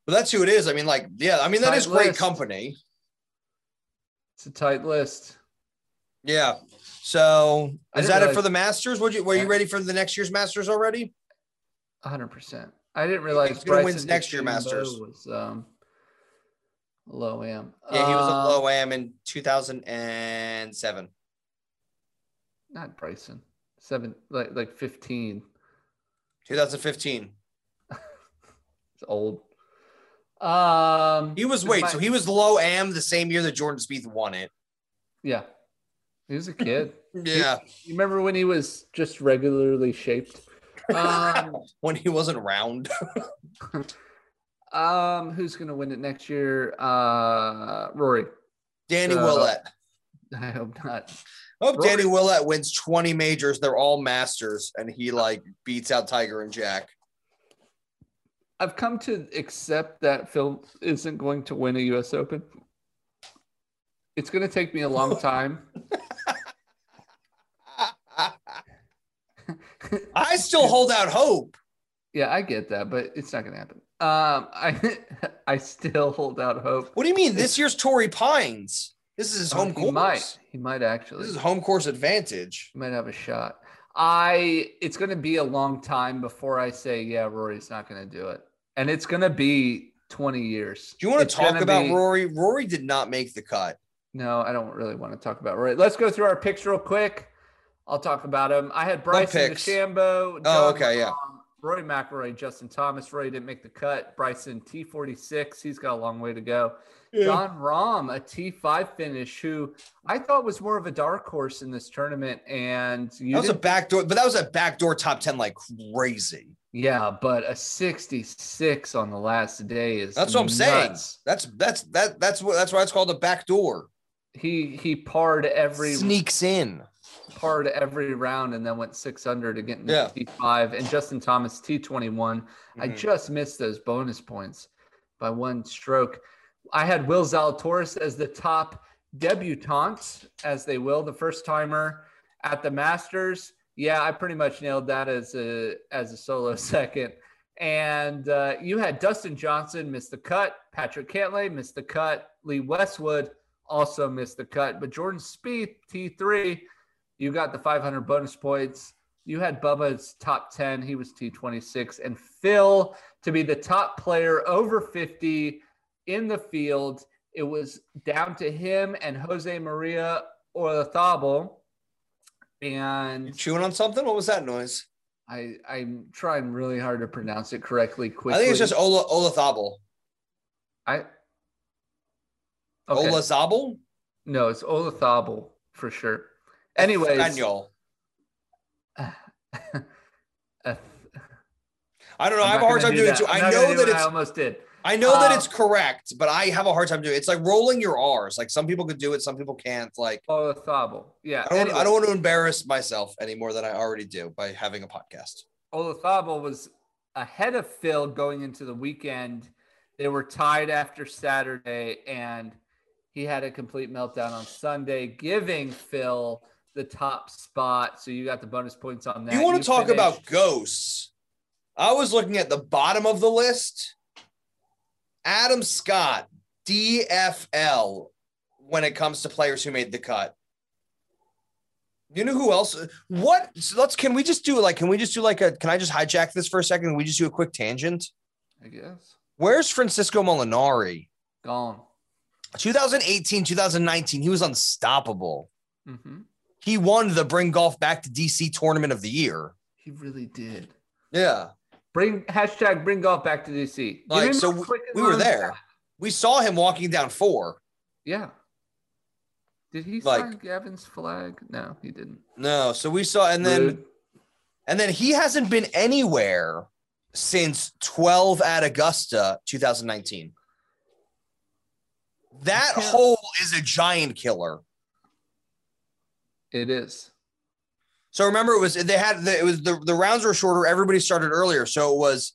But that's who it is. I mean, like, yeah, I mean, that Tight is great list. company. It's a tight list. Yeah. So I is that didn't it realize- for the Masters? Were you were Yeah. you ready for the next year's Masters already? 100%. I didn't realize he's gonna win Bryson next year DeChambeau Masters. was um, low am. Yeah, he was Um, a low am in 2007. Not Bryson. Seven, like like 15. 2015. It's old. Um, He was this wait, might- so he was low am the same year that Jordan Spieth won it. yeah, he was a kid. Yeah, You remember when he was just regularly shaped? Um, when he wasn't round. um, who's gonna win it next year? Uh, Rory. Danny Uh, Willett. I hope not. I hope Rory- Danny Willett wins 20 majors. They're all masters, and he like beats out Tiger and Jack. I've come to accept that Phil isn't going to win a U.S. Open. It's going to take me a long time. I still hold out hope. yeah, I get that, but it's not going to happen. Um, I I still hold out hope. What do you mean? This year's Torrey Pines. This is his home he course. might. He might actually. This is home course advantage. He might have a shot. I. It's going to be a long time before I say, yeah, Rory's not going to do it, and it's going to be twenty years. Do you want It's to talk gonna about be- Rory? Rory did not make the cut. No, I don't really want to talk about Rory. Let's go through our picks real quick. I'll talk about him. I had Bryson picks? DeChambeau. Oh, John okay, yeah. Rahm, Rory McIlroy, Justin Thomas. Rory didn't make the cut. Bryson T46. He's got a long way to go. John Rahm, a T5 finish, who I thought was more of a dark horse in this tournament, and you That was a didn't- backdoor, but that was a backdoor top 10 like crazy. yeah, but a 66 on the last day is That's what I'm saying. nuts. That's that's that that's what that's why it's called a backdoor. He he parred every Sneaks in. hard every round and then went six under to get into Yeah. T5. And Justin Thomas, T21. I Mhm. just missed those bonus points by one stroke. I had Will Zalatoris as the top debutant, as they will, the first timer at the Masters. Yeah, I pretty much nailed that as a as a solo second. And uh, you had Dustin Johnson miss the cut, Patrick Cantlay missed the cut, Lee Westwood also missed the cut, but Jordan Spieth T3, you got the 500 bonus points. You had Bubba's top 10, he was T26, and Phil to be the top player over 50 in the field. It was down to him and Jose Maria Orthabal. You And chewing on something? What was that noise? I, I'm trying really hard to pronounce it correctly. Quickly, I think it's just Ola Olazabal. I. Okay. Olazabal? no, it's Olathabal for sure. Anyways, Espanyol. Uh, I don't know. I'm I have a not hard gonna time do doing that. it too. I'm I not gonna know do that what I it's almost did. I know that Um, it's correct, but I have a hard time doing it. It's like rolling your R's. Like some people could do it, some people can't. Like Olathabal. Yeah. I don't I anyways. don't want to embarrass myself any more than I already do by having a podcast. Olafable was ahead of Phil going into the weekend. They were tied after Saturday, and he had a complete meltdown on Sunday, giving Phil the top spot. So you got the bonus points on that. you want to talk finished- about ghosts? I was looking at the bottom of the list. Adam Scott, DFL, when it comes to players who made the cut. You know who else? What? So let's. Can we just do like? Can we just do like a? Can I just hijack this for a second? Can we just do a quick tangent? I guess Where's Francisco Molinari? gone. 2018, 2019, he was unstoppable. hmm He won the Bring Golf Back to DC Tournament of the Year. He really did. Yeah. Bring hashtag bring golf back to DC. Give Like, me so more we- quick and we were long there. stuff. We saw him walking down four. Yeah. Did he Like- sign Gavin's flag? No, he didn't. No, so we saw, and then Rude. and then he hasn't been anywhere since 12 at Augusta 2019. That Yeah. hole is a giant killer. it is. So remember, it was they had the, it was the the rounds were shorter. Everybody started earlier, so it was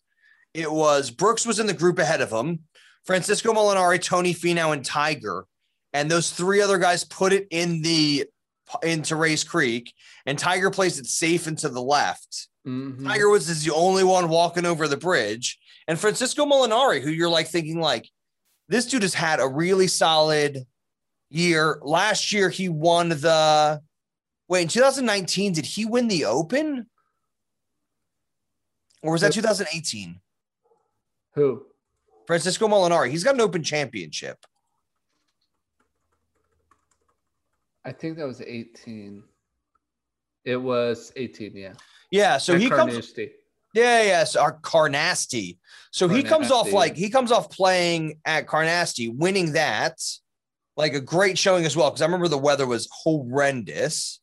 it was Brooks was in the group ahead of him, Francisco Molinari, Tony Finau, and Tiger, and those three other guys put it in the into Race Creek, and Tiger placed it safe and to the left. Mhm. Tiger Woods is the only one walking over the bridge, and Francisco Molinari, who you're like thinking like, this dude has had a really solid year. Last year he won the wait in 2019. Did he win the Open? Or was that 2018? Who? Francisco Molinari. He's got an Open Championship. I think that was 18. It was 18, yeah. Yeah, so At he comes. Carnoustie. Yeah, yeah, so our Carnasty. So he comes off Carnasty. like he comes off playing at Carnasty, winning that, like a great showing as well. Because I remember the weather was horrendous.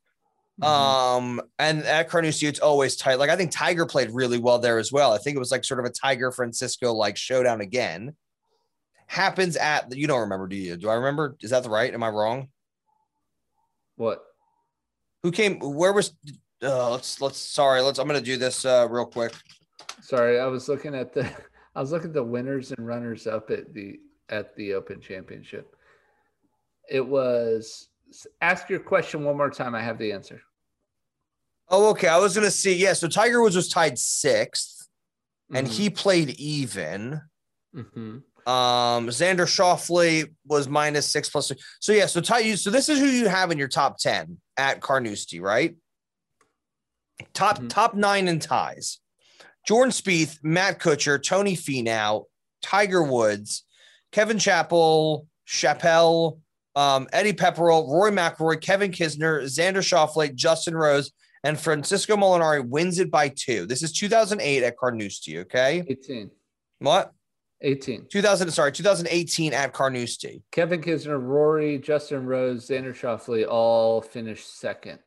Mm-hmm. Um, and at Carnoustie, it's always tight. Like I think Tiger played really well there as well. I think it was like sort of a Tiger Francisco like showdown again. Happens at you don't remember, do you? Do I remember? Is that the right? Am I wrong? What? Who came? Where was? Uh, let's let's. Sorry, let's. I'm gonna do this uh, real quick. Sorry, I was looking at the I was looking at the winners and runners up at the at the Open Championship. It was ask your question one more time. I have the answer. Oh, okay. I was gonna see. Yeah, so Tiger Woods was tied 6th and Mm-hmm. he played even. Mhm. Um, Xander Shoffley was minus six plus. Three. So yeah, so Ty, you- so this is who you have in your top ten at Carnoustie, right? Top Mhm. top nine in ties: Jordan Spieth, Matt Kutcher, Tony Finau, Tiger Woods, Kevin Chappell, Chappelle, um, Eddie Pepperell, Roy McIlroy, Kevin Kisner, Xander Shoffley, Justin Rose, and Francisco Molinari wins it by two. This is 2008 at Carnoustie. Okay, 18. what? 18. 2000 sorry 2018 at carnoustie Kevin Kisner, Rory, Justin Rose, Xander Shoffley all finished second.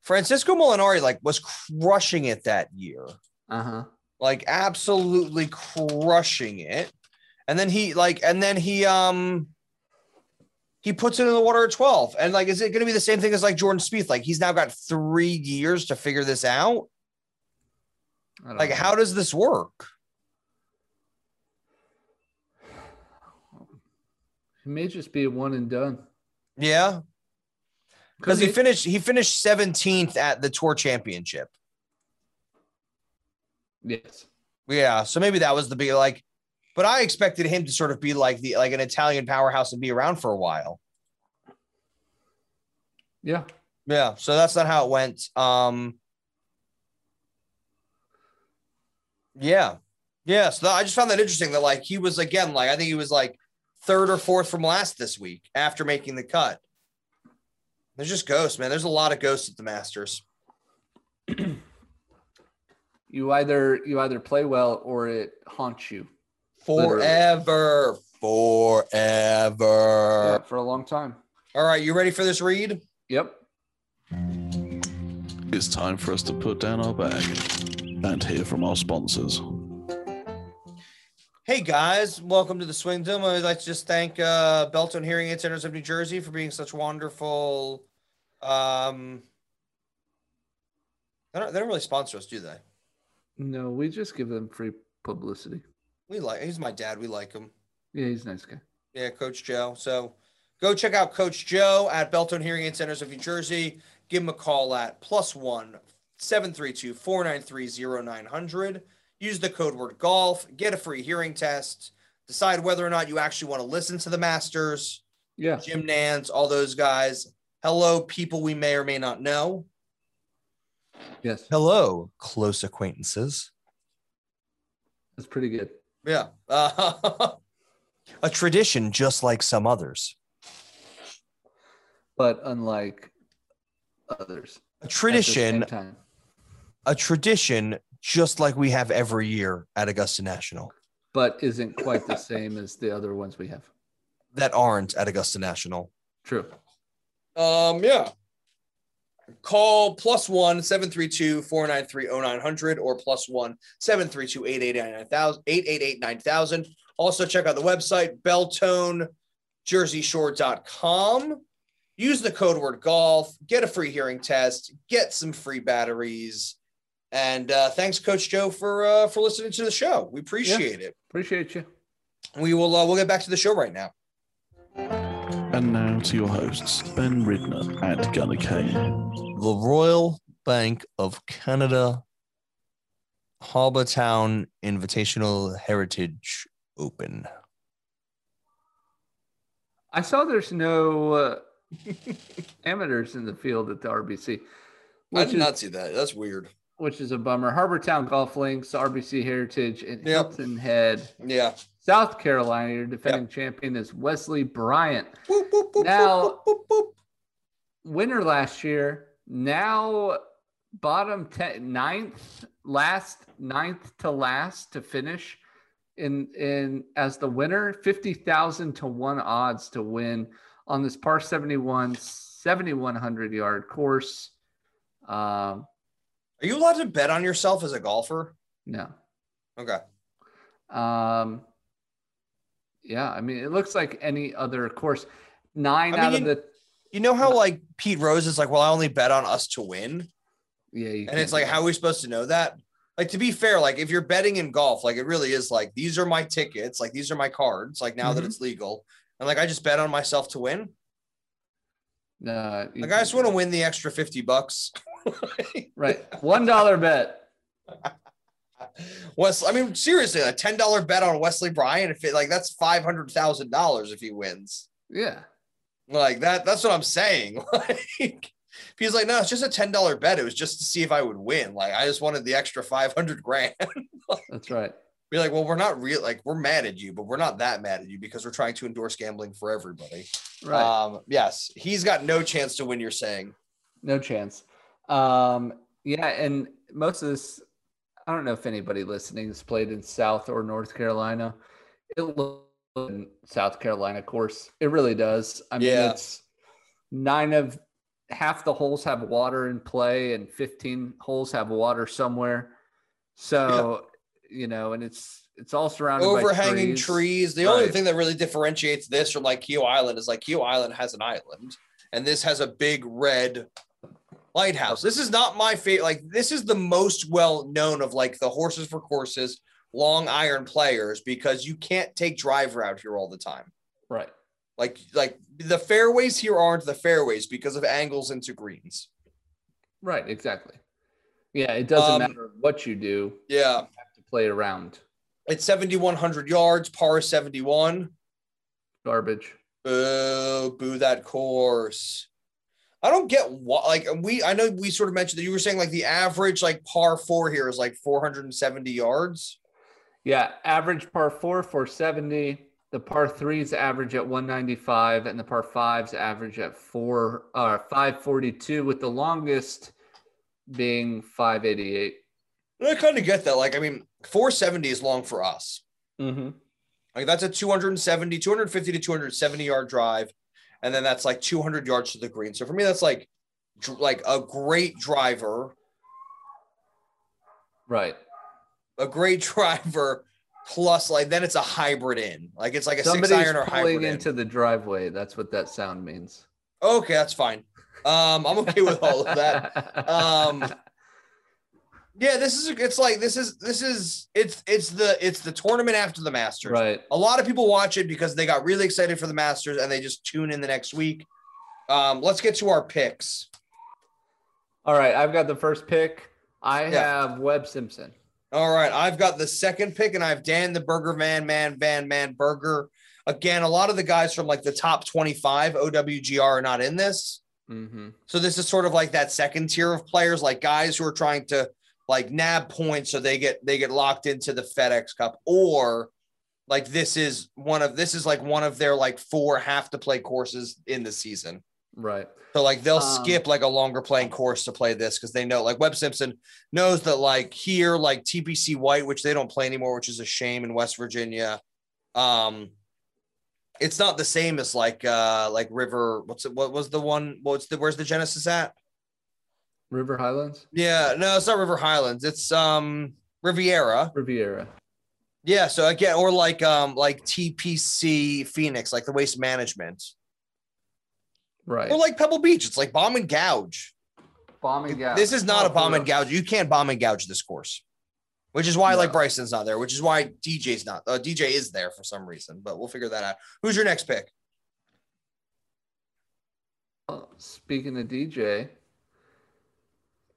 francisco molinari like was crushing it that year Uh-huh. like absolutely crushing it and then he like and then he um he puts it in the water at 12 and like is it going to be the same thing as like jordan Spieth? like he's now got three years to figure this out I don't like know. how does this work It may just be a one and done. yeah because he Could be. finished he finished 17th at the tour championship Yes. Yeah, so maybe that was the big like, but I expected him to sort of be like the like an Italian powerhouse and be around for a while. Yeah. Yeah, so that's not how it went. Um, yeah, yeah. So I just found that interesting that like he was again like I think he was like third or fourth from last this week after making the cut. There's just ghosts, man. There's a lot of ghosts at the Masters. You either you either play well or it haunts you Literally. Forever, Yeah, forever. uh, for a long time. All right, you ready for this read? Yep. It's time for us to put down our bag and hear from our sponsors. Hey guys, welcome to the Swingdom. I'd like to just thank uh, Belton Hearing Aid Centers of New Jersey for being such wonderful. Um, they don't, they don't really sponsor us, do they? No, we just give them free publicity. We like he's my dad. We like him. Yeah, he's a nice guy. Yeah, Coach Joe. So go check out Coach Joe at Belton Hearing Aid Centers of New Jersey. Give him a call at plus one 732 493 0900. Use the code word golf. Get a free hearing test. Decide whether or not you actually want to listen to the Masters, Yeah. Jim Nance, all those guys. Hello, people we may or may not know. Yes. Hello, close acquaintances. That's pretty good. Yeah. Uh, a tradition just like some others. But unlike others. A at the same tradition time. a tradition just like we have every year at Augusta National But isn't quite the same as the other ones we have. that aren't at Augusta National. True. Um, yeah. Call plus one 732 493 0900 or plus one 732 888 9000. Also, check out the website belltonejerseyshore.com. Use the code word golf, get a free hearing test, get some free batteries. And uh, thanks, Coach Joe, for uh, for listening to the show. We appreciate it. Appreciate you. We will uh, we'll get back to the show right now. And now to your hosts, Ben Ridner and Gunnar Kane. The Royal Bank of Canada Harbour Town Invitational Heritage Open. I saw there's no uh, amateurs in the field at the I RBC, which did is, not see that. That's weird. which is a bummer. Harbortown Golf Links, RBC Heritage, and Yep. Hilton Head, Yeah. South Carolina. Your defending champion is Wesley Bryant, Boop, boop, boop, Now- boop, boop, boop, boop. winner last year. Now bottom ten, ninth, last ninth to last to finish in in as the winner. Fifty thousand to one odds to win on this par 71, 7100 yard course. Um, Are you allowed to bet on yourself as a golfer? no. Okay. Um, yeah, I mean, it looks like any other course. Nine I out mean, of the You know how like Pete Rose is like, well, I only bet on us to win, yeah, you and it's can't like, do how are we supposed to know that? Like to be fair, like if you're betting in golf, like it really is like these are my tickets, like these are my cards, like now that Mhm. it's legal, and like I just bet on myself to win. that. no, you Like I just can't. want to win the extra fifty bucks. right one dollar bet. Wes, I mean seriously, a ten dollar bet on Wesley Bryan, if it like that's five hundred thousand dollars if he wins. Yeah, Like that, that's what I'm saying. Like he's like, no, it's just a ten dollar bet. It was just to see if I would win. Like I just wanted the extra five hundred grand. that's right. Be like, well, we're not real. Like we're mad at you, but we're not that mad at you because we're trying to endorse gambling for everybody. Right, Um, yes, he's got no chance to win. You're saying no chance. Um, yeah, and most of this, I don't know if anybody listening has played in South or North Carolina. It looks in South Carolina course. It really does. I mean, Yeah. it's nine of half the holes have water in play, and fifteen holes have water somewhere. So you know, and it's it's all surrounded by overhanging trees. trees. The only Right. thing that really differentiates this from like Kew Island is like Kew Island has an island, and this has a big red lighthouse. This is not my favorite. Like this is the most well known of like the horses for courses, long iron players because you can't take driver out here all the time. Right. Like like the fairways here aren't the fairways because of angles into greens. Right. Exactly. Yeah, it doesn't Um, matter what you do Yeah, to play around. it's seventy one hundred yards, par seventy one. Garbage. Boo, boo that course. I don't get what like we I know we sort of mentioned that you were saying like the average like par four here is like 470 yards. Yeah, average par four, 470. The par threes average at 195, and the par fives average at four, uh, 542, with the longest being 588. And I kind of get that. Like, I mean, 470 is long for us. Mm-hmm. Like that's a 270, 250 to 270 yard drive. And then that's like 200 yards to the green. So for me, that's like dr- like a great driver, Right. a great driver plus like then it's a hybrid in. Like it's like a Somebody's six iron or hybrid pulling in. into the driveway. That's what that sound means. Okay, that's fine. Um, I'm okay with all of that. Um, Yeah, this is it's like this is this is it's it's the it's the tournament after the Masters. right. A lot of people watch it because they got really excited for the Masters and they just tune in the next week. Um, let's get to our picks. All right. I've got the first pick. I Yeah. have Webb Simpson. All right, I've got the second pick, and I have Dan the Burger Man, Man, Van, Man Burger. Again, a lot of the guys from like the top 25 OWGR are not in this. Mm-hmm. So this is sort of like that second tier of players, like guys who are trying to like nab points so they get they get locked into the FedEx Cup, or like this is one of this is like one of their like four have to play courses in the season. Right. So like they'll Um, skip like a longer playing course to play this because they know like Webb Simpson knows that like here like TPC White, which they don't play anymore, which is a shame in West Virginia. Um, it's not the same as like uh like River. What's it? What was the one? What's the where's the Genesis at? River Highlands, Yeah, no, it's not River Highlands. It's um Riviera. Riviera. Yeah, so again, or like um like TPC Phoenix, like the waste management, Right. or like Pebble Beach. It's like bomb and gouge. bombing gouge. This is not Oh, a bomb for and real. gouge. You can't bomb and gouge this course, which is why like No. Bryson's not there, which is why DJ's not. Uh, DJ is there for some reason, but we'll figure that out. Who's your next pick? Speaking of DJ,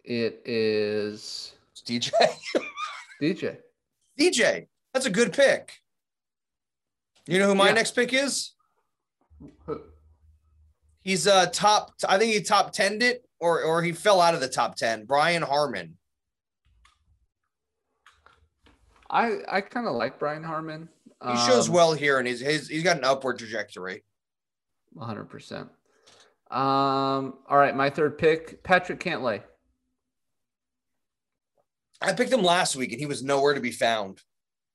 it is It's DJ. DJ. DJ. That's a good pick. You know who my Yeah. next pick is? Who? He's uh top. I think he top tened it, or or he fell out of the top ten. Brian Harmon. I I kind of like Brian Harmon. He shows Um, well here, and he's he's, he's got an upward trajectory. 100%. Um, all right, my third pick, Patrick Cantlay. I picked him last week, and he was nowhere to be found.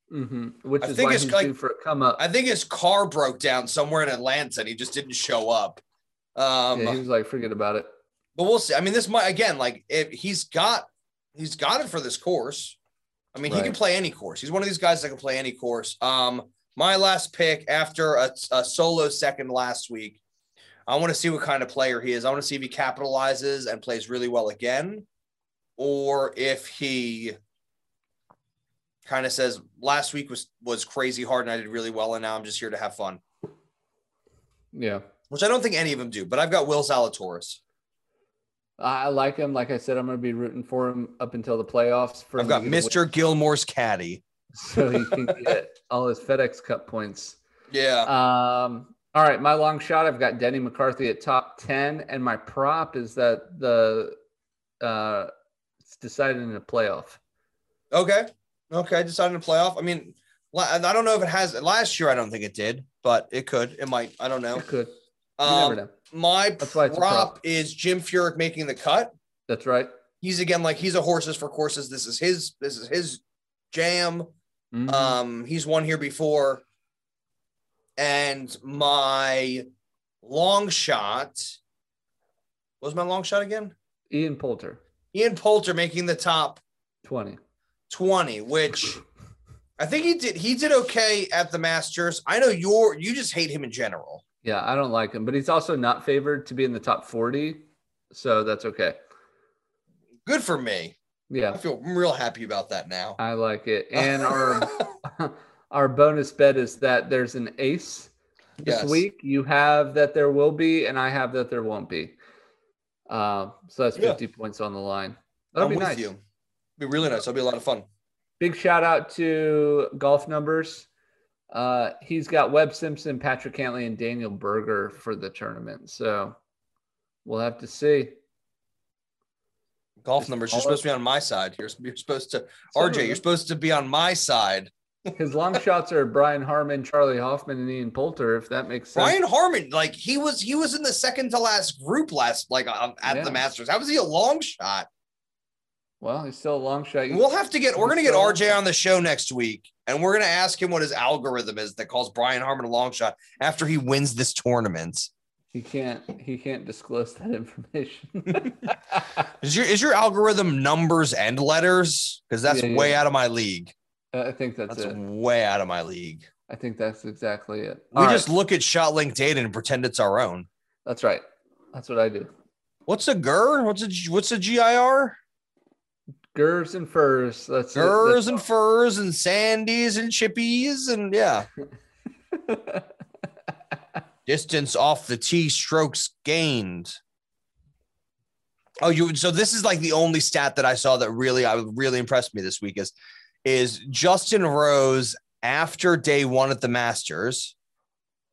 hmm Which I is think why it's he's like- due for a come up. I think his car broke down somewhere in Atlanta, and he just didn't show up. Um, yeah, he was like, forget about it. but we'll see. I mean, this might again, like if he's got he's got it for this course. I mean, he can Right. play any course. He's one of these guys that can play any course. Um, my last pick after a, a solo second last week, I want to see what kind of player he is. I want to see if he capitalizes and plays really well again, or if he kind of says last week was was crazy hard and I did really well and now I'm just here to have fun, Yeah. which I don't think any of them do. But I've got Will Zalatoris. I I like him. Like I said, I'm going to be rooting for him up until the playoffs. For I've him got to get a win Mr. Gilmore's caddy. so he can get all his FedEx Cup points. Yeah. Um, all right, my long shot. I've got Denny McCarthy at top ten, and my prop is that the uh, it's decided in a playoff. Okay. Okay. Decided to playoff. I mean, la- I don't know if it has last year. I don't think it did, but it could. It might. I don't know. It could. You never Um, know. my That's why it's a prop is Jim Furyk making the cut. That's right. He's again like he's a horses for courses. This is his. This is his jam. Mhm. Um, he's won here before. And my long shot what was my long shot again. Ian Poulter, Ian Poulter making the top twenty. 20 which i think he did he did okay at the masters i know you're you just hate him in general Yeah, I don't like him, but he's also not favored to be in the top forty, so that's okay. good for me i Yeah, feel I'm real happy about that now I like it. And our our bonus bet is that there's an ace this Yes. week. You have that there will be, and I have that there won't be. Uh, so that's Yeah. 50 points on the line. That'll i'm be with nice. you be really nice that'll be a lot of fun Big shout out to Golf Numbers. Uh, he's got Webb Simpson, Patrick Cantley, and Daniel Berger for the tournament. So we'll have to see. golf Just numbers you're all supposed to be on my side you're, you're supposed to So rj you're supposed to be on my side his long shots are Brian Harmon, Charlie Hoffman, and Ian Poulter. If that makes sense. brian harmon like he was he was in the second to last group last like um, at Yeah. the masters how was he a long shot Well, he's still a long shot. we'll have to get we're gonna get rj on the show next week and we're gonna ask him what his algorithm is that calls brian harmon a long shot after he wins this tournament He can't. He can't disclose that information. Is your is your algorithm numbers and letters? Because that's Yeah, way yeah. out of my league. I think that's, That's it. way out of my league. I think that's exactly it. We All right, just look at shot link data and pretend it's our own. That's right. That's what I do. What's a GIR? What's a G- what's a GIR? Gers and furs. That's it. GIRs and furs and sandies and chippies and yeah. That's- Distance off the tee, strokes gained. Oh, you so this is like the only stat that I saw that really I really impressed me this week is is Justin Rose after day one at the Masters,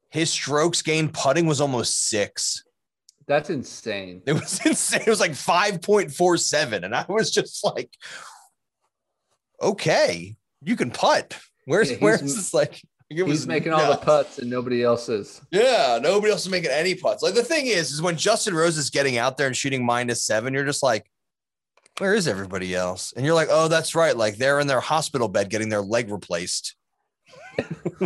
his strokes gained putting was almost six. that's insane. It was insane. It was like 5.47. And I was just like, okay, you can putt. Where's Yeah, he's- where's this like it He's was making all the nuts. putts and nobody else is. Yeah, nobody else is making any putts. Like the thing is, is when Justin Rose is getting out there and shooting minus seven, you're just like, where is everybody else? And you're like, oh, that's right. Like they're in their hospital bed getting their leg replaced.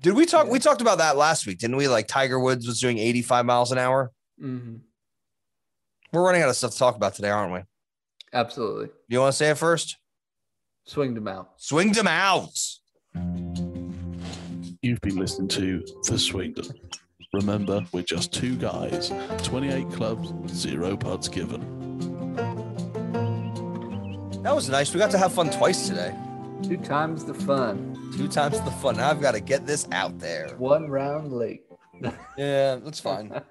Did we talk? We talked about that last week, didn't we? Like Tiger Woods was doing 85 miles an hour. Mhm. We're running out of stuff to talk about today, aren't we? Absolutely. You want to say it first? Swinged him out. Swinged him out. You've been listening to The Swingdom. Remember, we're just two guys, 28 clubs, zero putts given. That was nice. We got to have fun twice today. Two times the fun. Two times the fun. Now I've got to get this out there. One round late. Yeah, that's fine.